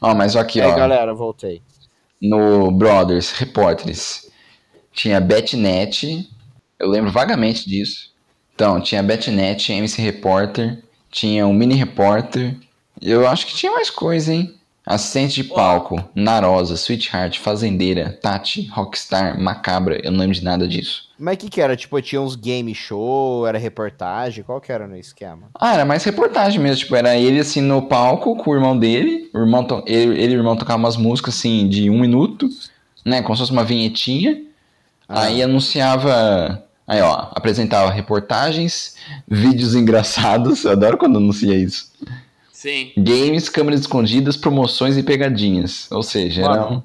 [SPEAKER 4] ó, mas aqui,
[SPEAKER 5] E aí,
[SPEAKER 4] ó.
[SPEAKER 5] galera, voltei.
[SPEAKER 4] no Brothers, Repórteres, tinha Betnet, eu lembro vagamente disso. Então, tinha Betnet, MC Repórter, tinha o Mini Repórter, eu acho que tinha mais coisa, hein? Assistente de palco, Narosa, Sweetheart, Fazendeira, Tati, Rockstar, Macabra, eu não lembro de nada disso.
[SPEAKER 5] Mas o que que era? Tipo, tinha uns game show, era reportagem, qual que era no esquema?
[SPEAKER 4] Ah, era mais reportagem mesmo, tipo, era ele assim no palco com o irmão dele, o irmão to- ele, ele e o irmão tocavam umas músicas assim de um minuto, né, como se fosse uma vinhetinha,
[SPEAKER 5] Ah.
[SPEAKER 4] aí anunciava, aí ó, apresentava reportagens, vídeos engraçados, eu adoro quando anuncia isso.
[SPEAKER 3] Sim.
[SPEAKER 4] Games, câmeras escondidas, promoções e pegadinhas. Ou seja, era
[SPEAKER 5] Mano.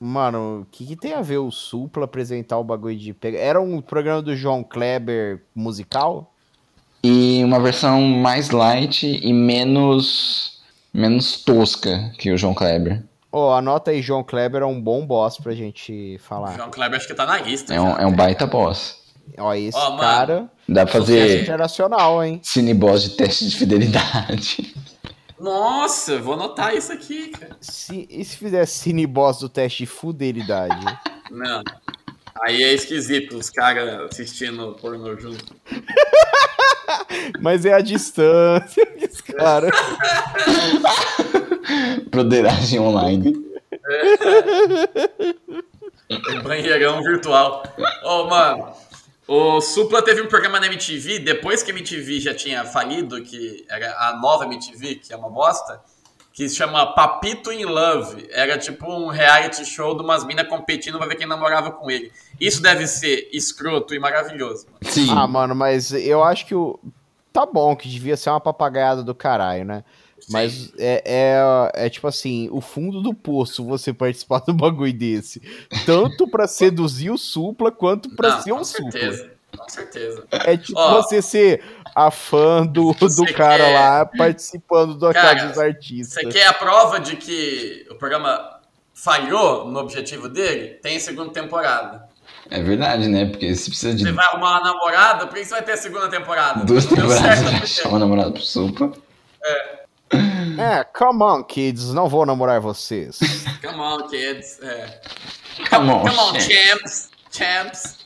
[SPEAKER 4] um...
[SPEAKER 5] Mano, o que, que tem a ver o Supla apresentar o bagulho de pega? Era um programa do João Kleber musical?
[SPEAKER 4] E uma versão mais light e menos... Menos tosca que o João Kleber.
[SPEAKER 5] Ô, anota aí, João Kleber é um bom boss pra gente falar.
[SPEAKER 3] João Kleber acho que tá na lista.
[SPEAKER 4] É um,
[SPEAKER 3] já.
[SPEAKER 4] é um baita boss.
[SPEAKER 5] Ó, esse
[SPEAKER 3] Ó, mano.
[SPEAKER 5] cara
[SPEAKER 4] Dá pra
[SPEAKER 5] é
[SPEAKER 4] fazer
[SPEAKER 5] internacional, hein?
[SPEAKER 4] cineboss de teste de fidelidade.
[SPEAKER 3] Nossa, vou anotar isso aqui, cara.
[SPEAKER 5] Se, e se fizesse cineboss do teste de fudelidade?
[SPEAKER 3] Não. Aí é esquisito os caras assistindo pornô junto.
[SPEAKER 5] Mas é a distância, esse cara.
[SPEAKER 4] Broderagem online.
[SPEAKER 3] Um Banheirão virtual. Ô, mano. O Supla teve um programa na MTV, depois que a MTV já tinha falido, que era a nova MTV, que é uma bosta, que se chama Papito in Love. Era tipo um reality show de umas minas competindo pra ver quem namorava com ele. Isso deve ser escroto e maravilhoso. mano.
[SPEAKER 4] Sim.
[SPEAKER 5] Ah, mano, mas eu acho que o. Tá bom que devia ser uma papagaiada do caralho, né? Mas é, é, é tipo assim, o fundo do poço você participar do bagulho desse. Tanto pra seduzir o supla, quanto pra
[SPEAKER 3] Não,
[SPEAKER 5] ser um
[SPEAKER 3] com
[SPEAKER 5] supla.
[SPEAKER 3] certeza. Com certeza.
[SPEAKER 5] É tipo
[SPEAKER 3] Ó.
[SPEAKER 5] você ser a fã do, do
[SPEAKER 3] Você
[SPEAKER 5] cara
[SPEAKER 3] quer-
[SPEAKER 5] lá participando do
[SPEAKER 3] Cara,
[SPEAKER 5] Casa dos Artistas.
[SPEAKER 3] Você quer a prova de que o programa falhou no objetivo dele? Tem segunda temporada.
[SPEAKER 4] É verdade, né? Porque você precisa de
[SPEAKER 3] Você vai arrumar uma namorada, por que você vai ter a segunda temporada?
[SPEAKER 4] duas
[SPEAKER 3] Não deu
[SPEAKER 4] temporadas
[SPEAKER 3] certo né?
[SPEAKER 4] pra
[SPEAKER 3] a
[SPEAKER 4] achar
[SPEAKER 3] primeira.
[SPEAKER 4] uma namorada pro Supla.
[SPEAKER 5] É, come on, kids, não vou namorar vocês.
[SPEAKER 3] Come on, kids. É.
[SPEAKER 4] Come on,
[SPEAKER 3] Come on,
[SPEAKER 4] champ.
[SPEAKER 3] champs. Champs.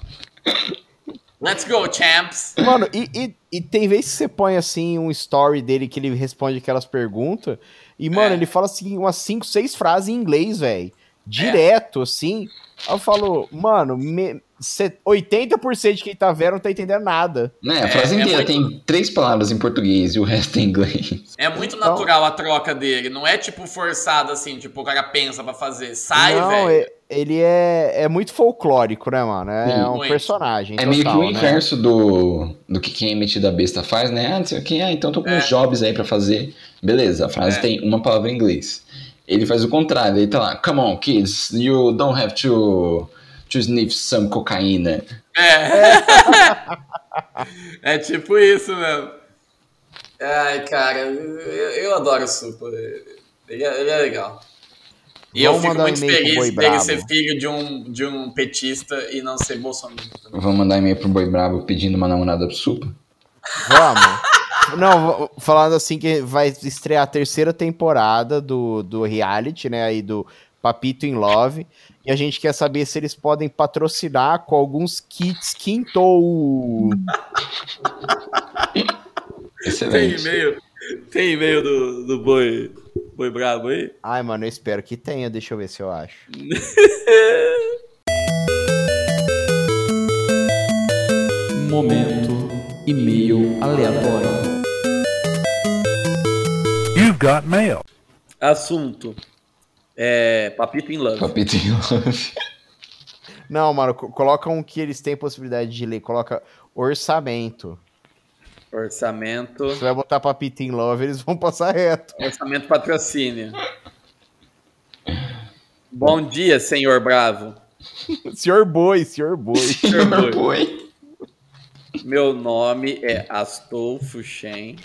[SPEAKER 3] Let's go, champs.
[SPEAKER 5] Mano, e, e- e tem vez que você põe assim um story dele que ele responde aquelas perguntas. E, mano,
[SPEAKER 3] É.
[SPEAKER 5] ele fala assim umas 5, 6 frases em inglês, velho.
[SPEAKER 3] É.
[SPEAKER 5] Direto, assim. Aí eu falo, mano, me, cê- 80% de quem tá vendo não tá entendendo nada.
[SPEAKER 4] Né,
[SPEAKER 3] É,
[SPEAKER 4] a frase
[SPEAKER 3] é
[SPEAKER 4] inteira
[SPEAKER 3] muito-
[SPEAKER 4] tem três palavras em português e o resto em inglês.
[SPEAKER 3] É muito natural a troca dele. Não é tipo forçado assim, tipo, o cara pensa pra fazer. Sai,
[SPEAKER 5] não,
[SPEAKER 3] velho.
[SPEAKER 5] é- ele é, é muito folclórico, né, mano? É
[SPEAKER 4] Sim.
[SPEAKER 5] um
[SPEAKER 3] Muito.
[SPEAKER 5] personagem.
[SPEAKER 4] É meio que
[SPEAKER 5] total,
[SPEAKER 4] o
[SPEAKER 5] né?
[SPEAKER 4] inverso do, do que quem é metido a besta faz, né? Ah, não sei o que, ah, então tô com uns jobs aí pra fazer. Beleza, a frase
[SPEAKER 3] É.
[SPEAKER 4] tem uma palavra em inglês. Ele faz o contrário, ele tá lá, come on, kids, you don't have to, to sniff some cocaína.
[SPEAKER 3] É. é tipo isso mesmo. Ai, cara, eu, eu adoro o Supla. Ele, é- ele é legal. E eu
[SPEAKER 5] Vamos
[SPEAKER 3] fico
[SPEAKER 5] mandar um
[SPEAKER 3] muito
[SPEAKER 5] e-mail pro Boi
[SPEAKER 3] feliz dele
[SPEAKER 5] Brabo.
[SPEAKER 3] ser filho de um, de um petista e não ser bolsonaro.
[SPEAKER 4] Vou mandar e-mail pro Boi Brabo pedindo uma namorada pro Supa.
[SPEAKER 5] Vamos. Não, v- falando assim que vai estrear a terceira temporada do, do reality, né? Aí do Papito in Love. E a gente quer saber se eles podem patrocinar com alguns kits Quintou.
[SPEAKER 3] Tem
[SPEAKER 4] Excelente.
[SPEAKER 3] e-mail, tem e-mail do, do boi, boi Brabo aí?
[SPEAKER 5] Ai, mano, eu espero que tenha. Deixa eu ver se eu acho.
[SPEAKER 7] Momento e-mail aleatório.
[SPEAKER 8] You've got mail.
[SPEAKER 3] Assunto. É. Papito em love.
[SPEAKER 4] Papito em love.
[SPEAKER 5] Não, mano, co- coloca um que eles têm possibilidade de ler. Coloca orçamento.
[SPEAKER 3] Orçamento.
[SPEAKER 5] Você vai botar Papito in Love, eles vão passar reto.
[SPEAKER 3] Orçamento patrocínio. Bom
[SPEAKER 8] É
[SPEAKER 3] dia, senhor Bravo.
[SPEAKER 5] Senhor Boi, senhor Boi.
[SPEAKER 3] Senhor Boi.
[SPEAKER 4] Oi.
[SPEAKER 3] Meu nome é Astolfo Shen,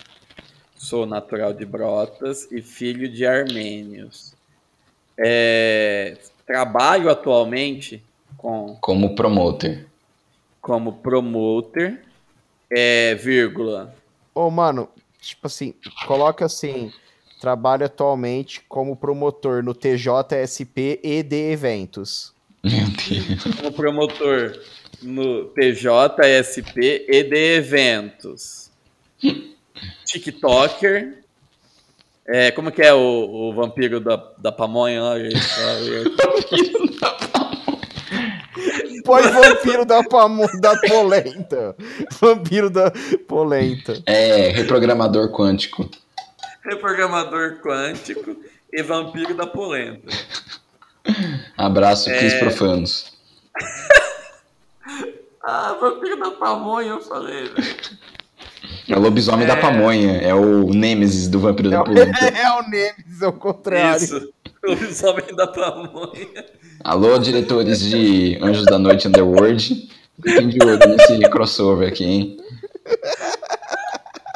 [SPEAKER 3] sou natural de Brotas e filho de armênios. É, trabalho atualmente com,
[SPEAKER 4] Como promoter.
[SPEAKER 3] como promoter, é, vírgula.
[SPEAKER 5] Ô, mano, tipo assim, coloca assim, trabalho atualmente como promotor no TJSP e de eventos.
[SPEAKER 4] Meu Deus.
[SPEAKER 3] como promotor no TJSP e de eventos. TikToker,
[SPEAKER 8] É, como que é o, o vampiro da, da pamonha lá, gente? Ah,
[SPEAKER 5] Põe vampiro da, pamo... da polenta. Vampiro da polenta.
[SPEAKER 4] É, reprogramador quântico.
[SPEAKER 8] Reprogramador quântico e vampiro da polenta.
[SPEAKER 4] Abraço,
[SPEAKER 3] É.
[SPEAKER 4] Cris Profanos.
[SPEAKER 8] Ah, vampiro da pamonha, eu falei, velho.
[SPEAKER 4] É o lobisomem da pamonha. É o Nêmesis do vampiro da polenta.
[SPEAKER 5] É o Nemesis, ao contrário.
[SPEAKER 8] Isso. Lobisomem da pamonha.
[SPEAKER 4] Alô, diretores de Anjos da Noite Underworld. Fiquem de olho nesse crossover aqui, hein?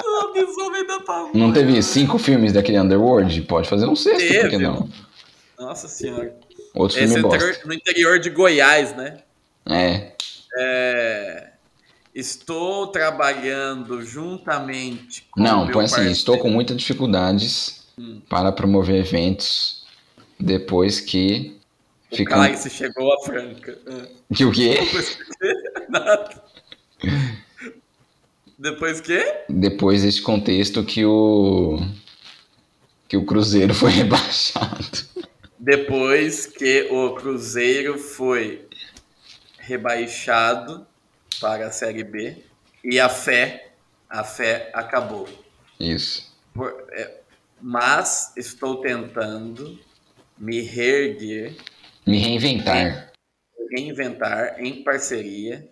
[SPEAKER 8] Lobisomem da pamonha.
[SPEAKER 4] Não teve cinco filmes daquele Underworld? Pode fazer um sexto, por que
[SPEAKER 8] Teve.
[SPEAKER 4] não?
[SPEAKER 8] Nossa senhora.
[SPEAKER 4] Outro
[SPEAKER 8] Esse é
[SPEAKER 4] filme
[SPEAKER 8] no
[SPEAKER 4] bosta.
[SPEAKER 8] interior- no interior de Goiás, né?
[SPEAKER 4] É,
[SPEAKER 8] É, Estou trabalhando juntamente com
[SPEAKER 4] Não,
[SPEAKER 8] meu
[SPEAKER 4] põe assim,
[SPEAKER 8] parceiro.
[SPEAKER 4] estou com muitas dificuldades para promover eventos depois que ficam...
[SPEAKER 8] Caralho, você chegou a Franca. Ah,
[SPEAKER 4] Que o quê?
[SPEAKER 8] Nada. Depois que?
[SPEAKER 4] Depois desse contexto que o que o Cruzeiro foi rebaixado.
[SPEAKER 8] Depois que o Cruzeiro foi rebaixado para a Série B e a fé, a fé acabou.
[SPEAKER 4] Isso.
[SPEAKER 8] Por- é, mas estou tentando me reerguer
[SPEAKER 4] Me reinventar.
[SPEAKER 8] reinventar em parceria.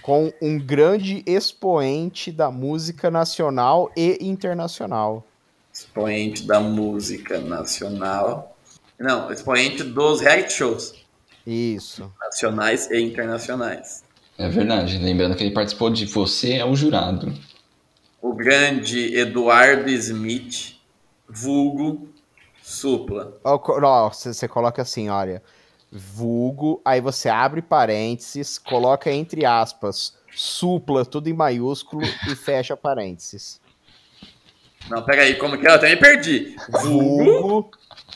[SPEAKER 5] Com um grande expoente da música nacional e internacional.
[SPEAKER 8] Expoente da música nacional. Não, expoente dos reality shows
[SPEAKER 5] Isso.
[SPEAKER 8] nacionais e internacionais.
[SPEAKER 4] É verdade, lembrando que ele participou de Você é o Jurado.
[SPEAKER 8] O grande Eduardo Smith, vulgo supla.
[SPEAKER 5] Ó, co- ó, Você você coloca assim, olha. Vulgo, aí você abre parênteses, coloca entre aspas, supla, tudo em maiúsculo e fecha parênteses.
[SPEAKER 8] Não, peraí, como que é? Eu até me perdi. Vulgo.
[SPEAKER 5] Vulgo,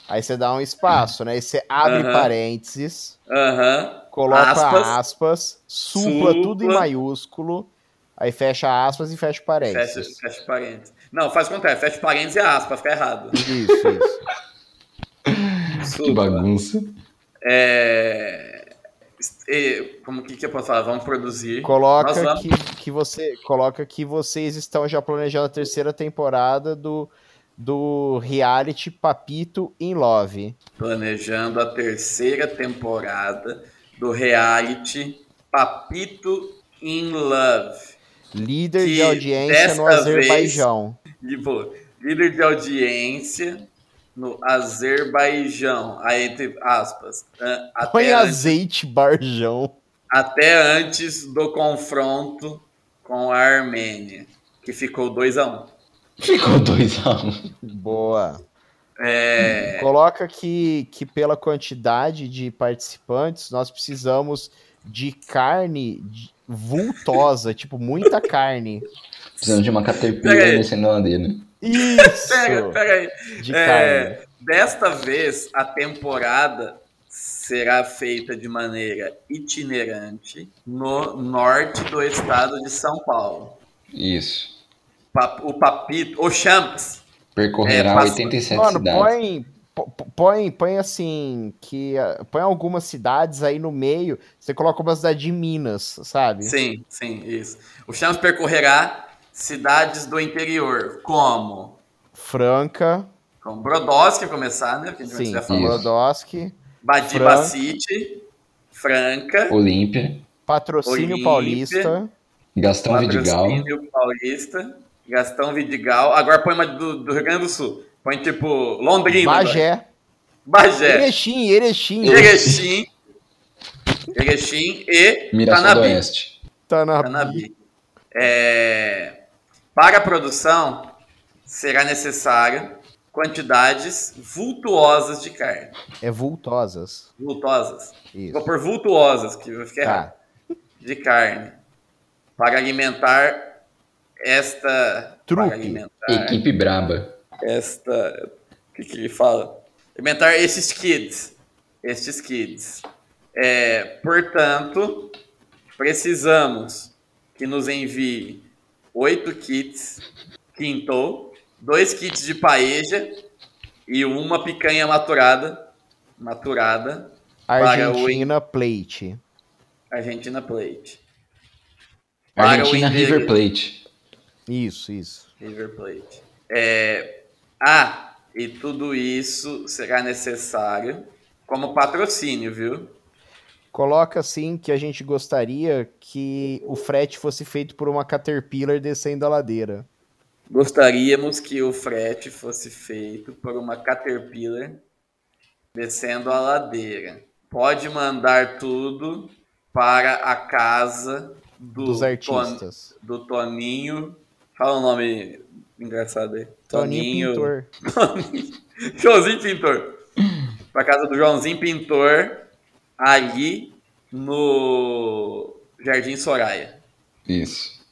[SPEAKER 5] aí você dá um espaço, né? Aí você abre
[SPEAKER 8] Aham.
[SPEAKER 5] parênteses,
[SPEAKER 8] Aham.
[SPEAKER 5] coloca
[SPEAKER 8] Aspas.
[SPEAKER 5] aspas, supla,
[SPEAKER 8] Supla.
[SPEAKER 5] tudo em maiúsculo, aí fecha aspas e fecha parênteses.
[SPEAKER 8] Fecha, fecha parênteses. Não, faz o contrário. Fecha parênteses e aspas, fica errado.
[SPEAKER 5] Isso, isso.
[SPEAKER 4] Que
[SPEAKER 8] Supla.
[SPEAKER 4] bagunça.
[SPEAKER 8] É... e- Como que, que eu posso falar? Vamos produzir. Nós
[SPEAKER 5] Coloca
[SPEAKER 8] vamos-
[SPEAKER 5] que, que você coloca que vocês estão já planejando a terceira temporada do, do reality Papito in Love.
[SPEAKER 8] planejando a terceira temporada do reality Papito in Love.
[SPEAKER 5] Líder
[SPEAKER 8] Que
[SPEAKER 5] de audiência
[SPEAKER 8] desta
[SPEAKER 5] no
[SPEAKER 8] vez-
[SPEAKER 5] Azerbaijão.
[SPEAKER 8] E, pô, Tipo, líder de audiência no Azerbaijão. Aí, entre aspas, a-
[SPEAKER 5] Põe
[SPEAKER 8] até, an-
[SPEAKER 5] azeite, barjão.
[SPEAKER 8] até antes do confronto com a Armênia, que ficou 2 a 1 um.
[SPEAKER 4] Ficou dois a um.
[SPEAKER 5] Boa.
[SPEAKER 8] É,
[SPEAKER 5] Coloca que, que pela quantidade de participantes, nós precisamos de carne de- vultosa, tipo, muita carne.
[SPEAKER 4] Precisamos de uma
[SPEAKER 8] Pega
[SPEAKER 4] caterpillar
[SPEAKER 8] aí.
[SPEAKER 4] descendo a ladeira.
[SPEAKER 5] Isso!
[SPEAKER 8] pera, pera aí.
[SPEAKER 5] De
[SPEAKER 8] É,
[SPEAKER 5] carne.
[SPEAKER 8] desta vez, a temporada será feita de maneira itinerante no norte do estado de São Paulo.
[SPEAKER 4] Isso.
[SPEAKER 8] Pa- O Papito, o Champs,
[SPEAKER 4] Percorrerá
[SPEAKER 8] É, passa-
[SPEAKER 4] 87
[SPEAKER 5] Mano,
[SPEAKER 4] cidades.
[SPEAKER 5] põe, pô- pô- põe, põe assim, que ah, põe algumas cidades aí no meio, você coloca uma cidade de Minas, sabe?
[SPEAKER 8] sim, sim, isso. O Champs percorrerá cidades do interior, como,
[SPEAKER 5] Franca,
[SPEAKER 8] como Brodowski começar, né? Que a gente
[SPEAKER 5] sim,
[SPEAKER 8] já
[SPEAKER 4] Isso.
[SPEAKER 8] falou.
[SPEAKER 5] Lodosque,
[SPEAKER 8] Badiba
[SPEAKER 5] Franca.
[SPEAKER 8] City, Franca,
[SPEAKER 4] Olímpia,
[SPEAKER 5] Patrocínio
[SPEAKER 8] Olímpia.
[SPEAKER 5] Paulista,
[SPEAKER 4] Gastão Vidigal.
[SPEAKER 8] Patrocínio Paulista, Gastão Vidigal. Agora põe uma do, do Rio Grande do Sul. Põe tipo Londrina. agora.
[SPEAKER 5] Bagé,
[SPEAKER 8] Bagé.
[SPEAKER 5] Erechim, Erechim,
[SPEAKER 8] É. Erechim. Erechim e
[SPEAKER 4] Miração do
[SPEAKER 8] Tanabi.
[SPEAKER 4] Oeste.
[SPEAKER 5] Tá Tanabi.
[SPEAKER 8] Tanabi. É, para a produção, será necessário quantidades vultuosas de carne.
[SPEAKER 5] É vultosas.
[SPEAKER 8] Vultosas.
[SPEAKER 5] Isso.
[SPEAKER 8] Vou por vultuosas, que vai ficar errado.
[SPEAKER 5] Tá.
[SPEAKER 8] de carne para alimentar esta
[SPEAKER 5] Trupe.
[SPEAKER 8] para alimentar
[SPEAKER 4] Equipe braba.
[SPEAKER 8] esta o que, que ele fala alimentar esses kids estes kids é, portanto precisamos que nos envie oito kits quinto dois kits de paeja e uma picanha maturada, maturada, Para o-
[SPEAKER 5] Argentina Plate.
[SPEAKER 8] Argentina Plate, Para o
[SPEAKER 4] Argentina
[SPEAKER 8] Inter.
[SPEAKER 4] River Plate.
[SPEAKER 5] Isso, isso.
[SPEAKER 8] River Plate. É, ah, e tudo isso será necessário como patrocínio, viu?
[SPEAKER 5] Coloca assim que a gente gostaria que o frete fosse feito por uma Caterpillar descendo a ladeira.
[SPEAKER 8] Gostaríamos que o frete fosse feito por uma Caterpillar descendo a ladeira. Pode mandar tudo para a casa do
[SPEAKER 5] dos
[SPEAKER 8] Ton-
[SPEAKER 5] artistas.
[SPEAKER 8] do Toninho. Fala o nome engraçado aí.
[SPEAKER 5] Toninho Pintor.
[SPEAKER 8] Joãozinho Pintor. Pra casa do Joãozinho Pintor, ali no Jardim Soraya.
[SPEAKER 4] Isso.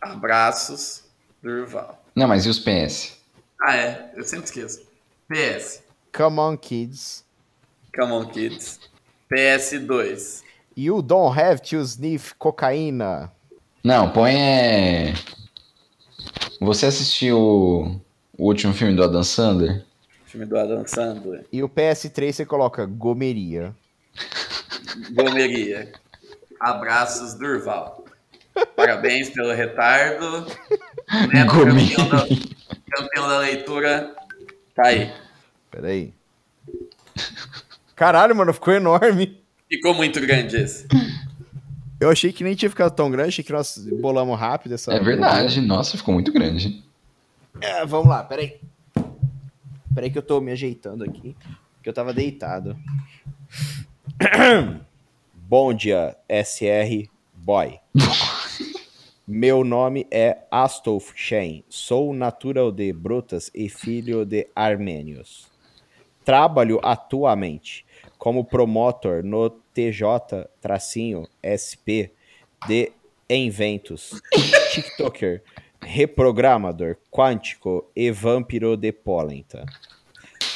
[SPEAKER 8] Abraços, Durval.
[SPEAKER 4] Não, mas e os PS?
[SPEAKER 8] Ah, é. Eu sempre esqueço. PS.
[SPEAKER 5] Come on, kids.
[SPEAKER 8] Come on, kids. PS2.
[SPEAKER 5] You don't have to sniff cocaína.
[SPEAKER 4] Não, põe é. Você assistiu o o último filme do Adam Sandler?
[SPEAKER 8] Filme do Adam Sandler.
[SPEAKER 5] E o PS3 você coloca gomeria.
[SPEAKER 8] Gomeria. Abraços, Durval. Parabéns pelo retardo. Neto,
[SPEAKER 4] Gomeria.
[SPEAKER 8] campeão da, campeão da leitura. Tá aí.
[SPEAKER 5] Peraí. Caralho, mano, ficou enorme.
[SPEAKER 8] Ficou muito grande esse.
[SPEAKER 5] Eu achei que nem tinha ficado tão grande, achei que nós bolamos rápido essa.
[SPEAKER 4] É verdade, nossa, ficou muito grande.
[SPEAKER 5] É, vamos lá, peraí. Peraí que eu tô me ajeitando aqui, que eu tava deitado. Bom dia, SR Boy. Meu nome é Astolf Shen, sou natural de Brutas e filho de armênios. Trabalho atualmente como promotor no TJ-SP de Inventos, TikToker, reprogramador quântico e vampiro de polenta.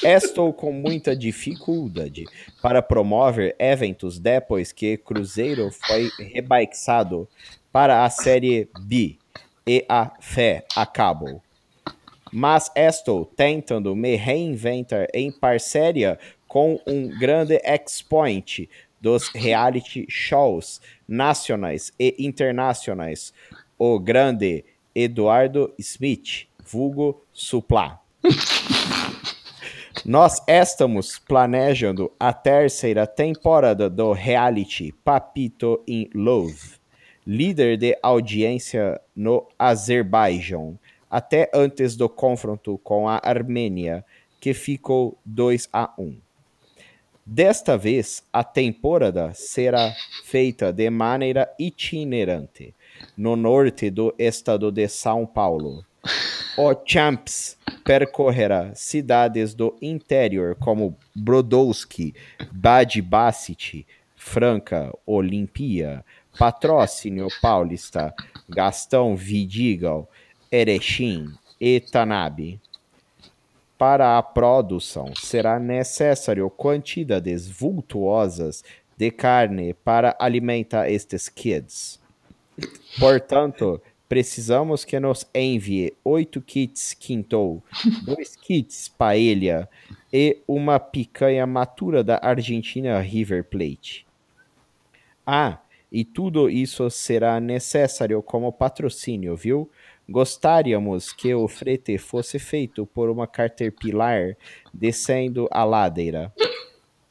[SPEAKER 5] Estou com muita dificuldade para promover eventos depois que Cruzeiro foi rebaixado para a Série B e a fé acabou. Mas estou tentando me reinventar em parceria com um grande expoente dos reality shows nacionais e internacionais, o grande Eduardo Smith, vulgo Suplá. Nós estamos planejando a terceira temporada do reality Papito in Love, líder de audiência no Azerbaijão, até antes do confronto com a Armênia, que ficou 2 a 1. Desta vez, a temporada será feita de maneira itinerante, no norte do estado de São Paulo. O Champs percorrerá cidades do interior como Brodowski, Bad Bassett, Franca, Olimpia, Patrocínio Paulista, Gastão Vidigal, Erechim e Tanabe. Para a produção, será necessário quantidades vultuosas de carne para alimentar estes kids. Portanto, precisamos que nos envie oito kits quintou, dois kits paella e uma picanha matura da Argentina River Plate. Ah, e tudo isso será necessário como patrocínio, viu? Gostaríamos que o frete fosse feito por uma Caterpillar descendo a ladeira.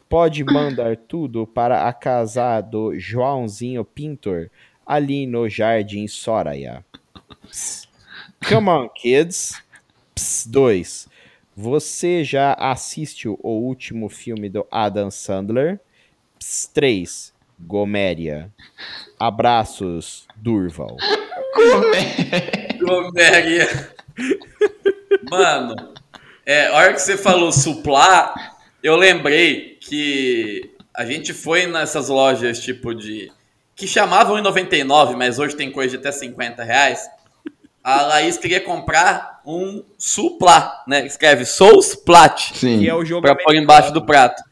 [SPEAKER 5] Pode mandar tudo para a casa do Joãozinho Pintor, ali no Jardim Soraya. Psst. Come on, kids. 2. Você já assistiu o último filme do Adam Sandler? 3. Goméria. Abraços, Durval.
[SPEAKER 8] Gomeria. Mano, é, a hora que você falou suplá, eu lembrei que a gente foi nessas lojas tipo de. que chamavam em 99, mas hoje tem coisa de até 50 reais. A Laís queria comprar um suplá, né? Escreve Sousplat
[SPEAKER 4] Sim.
[SPEAKER 9] Que é o jogo
[SPEAKER 8] pra pôr embaixo do prato.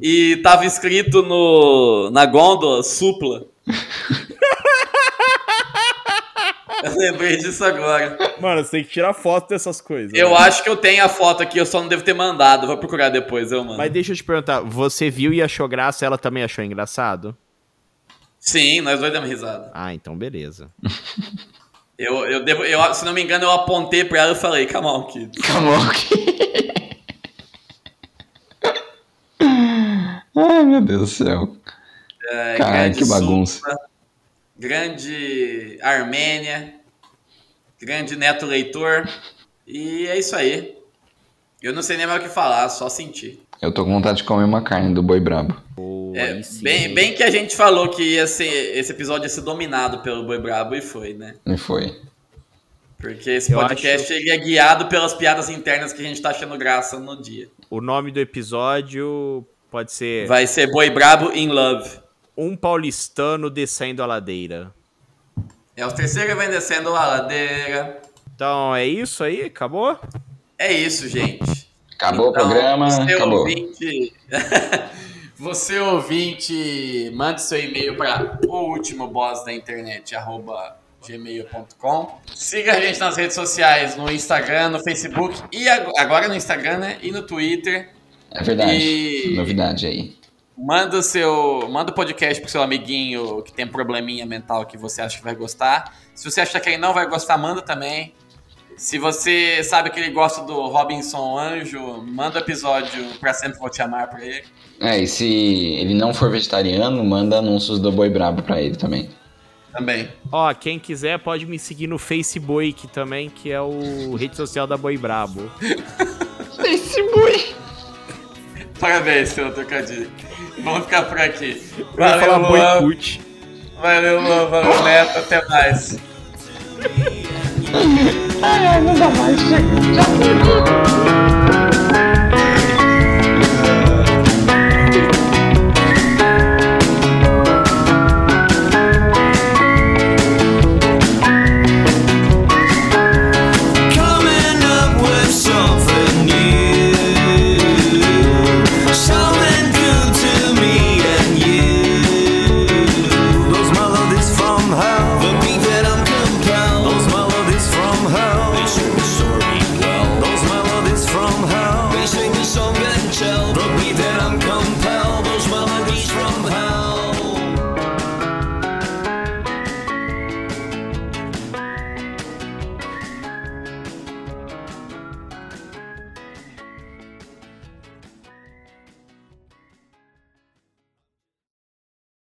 [SPEAKER 8] E tava escrito no, na gôndola, supla.
[SPEAKER 3] Eu lembrei disso agora.
[SPEAKER 8] Mano, você tem que tirar foto dessas coisas.
[SPEAKER 3] Eu
[SPEAKER 8] né?
[SPEAKER 3] acho que eu tenho a foto aqui, eu só não devo ter mandado. Vou procurar depois, eu mando.
[SPEAKER 5] Mas deixa eu te perguntar, você viu e achou graça, ela também achou engraçado?
[SPEAKER 3] Sim, nós dois demos risada.
[SPEAKER 5] Ah, então beleza.
[SPEAKER 3] Eu, eu devo, eu, se não me engano, eu apontei pra ela e falei, come on, kid.
[SPEAKER 4] Come on, kid. Ai, meu Deus do céu.
[SPEAKER 3] É,
[SPEAKER 4] Caralho,
[SPEAKER 3] grande
[SPEAKER 4] que bagunça.
[SPEAKER 3] Supla, grande Armênia, grande Neto Leitor. E é isso aí. Eu não sei nem mais o que falar, só sentir.
[SPEAKER 4] Eu tô com vontade de comer uma carne do boi brabo.
[SPEAKER 3] É, bem, bem que a gente falou que ia ser, esse episódio ia ser dominado pelo Boi Brabo e foi, né?
[SPEAKER 4] E foi.
[SPEAKER 3] Porque esse
[SPEAKER 5] Eu
[SPEAKER 3] podcast ele é guiado pelas piadas internas que a gente tá achando graça no dia.
[SPEAKER 5] O nome do episódio pode ser
[SPEAKER 3] Vai ser Boi Brabo in Love.
[SPEAKER 5] Um Paulistano Descendo a Ladeira.
[SPEAKER 3] É o terceiro que vem descendo a ladeira.
[SPEAKER 5] Então é isso aí? Acabou?
[SPEAKER 3] É isso, gente.
[SPEAKER 4] Acabou
[SPEAKER 3] Então,
[SPEAKER 4] o programa,
[SPEAKER 3] você
[SPEAKER 4] acabou.
[SPEAKER 3] Ouvinte... você é ouvinte, mande seu e-mail para o último boss da internet, arroba gmail.com. Siga a gente nas redes sociais, no Instagram, no Facebook e ag- agora no Instagram, né? E no Twitter.
[SPEAKER 4] É verdade.
[SPEAKER 3] E-
[SPEAKER 4] Novidade aí.
[SPEAKER 3] Manda o seu, manda o podcast pro seu amiguinho que tem probleminha mental que você acha que vai gostar. Se você acha que ele não vai gostar, manda também. Se você sabe que ele gosta do Robinson Anjo, manda o episódio pra sempre vou te amar pra ele.
[SPEAKER 4] É, e se ele não for vegetariano, manda anúncios do boi brabo pra ele também.
[SPEAKER 3] Também.
[SPEAKER 5] Ó, quem quiser pode me seguir no Facebook também, que é o rede social da Boi Brabo.
[SPEAKER 3] Parabéns pelo trocadilho. Vamos ficar por aqui.
[SPEAKER 8] Eu ia
[SPEAKER 3] Valeu,
[SPEAKER 8] falar
[SPEAKER 3] Luan.
[SPEAKER 8] boicute.
[SPEAKER 3] Valeu, Luan. Valeu, Neto. Até mais.
[SPEAKER 4] Ai, não dá mais. Já, já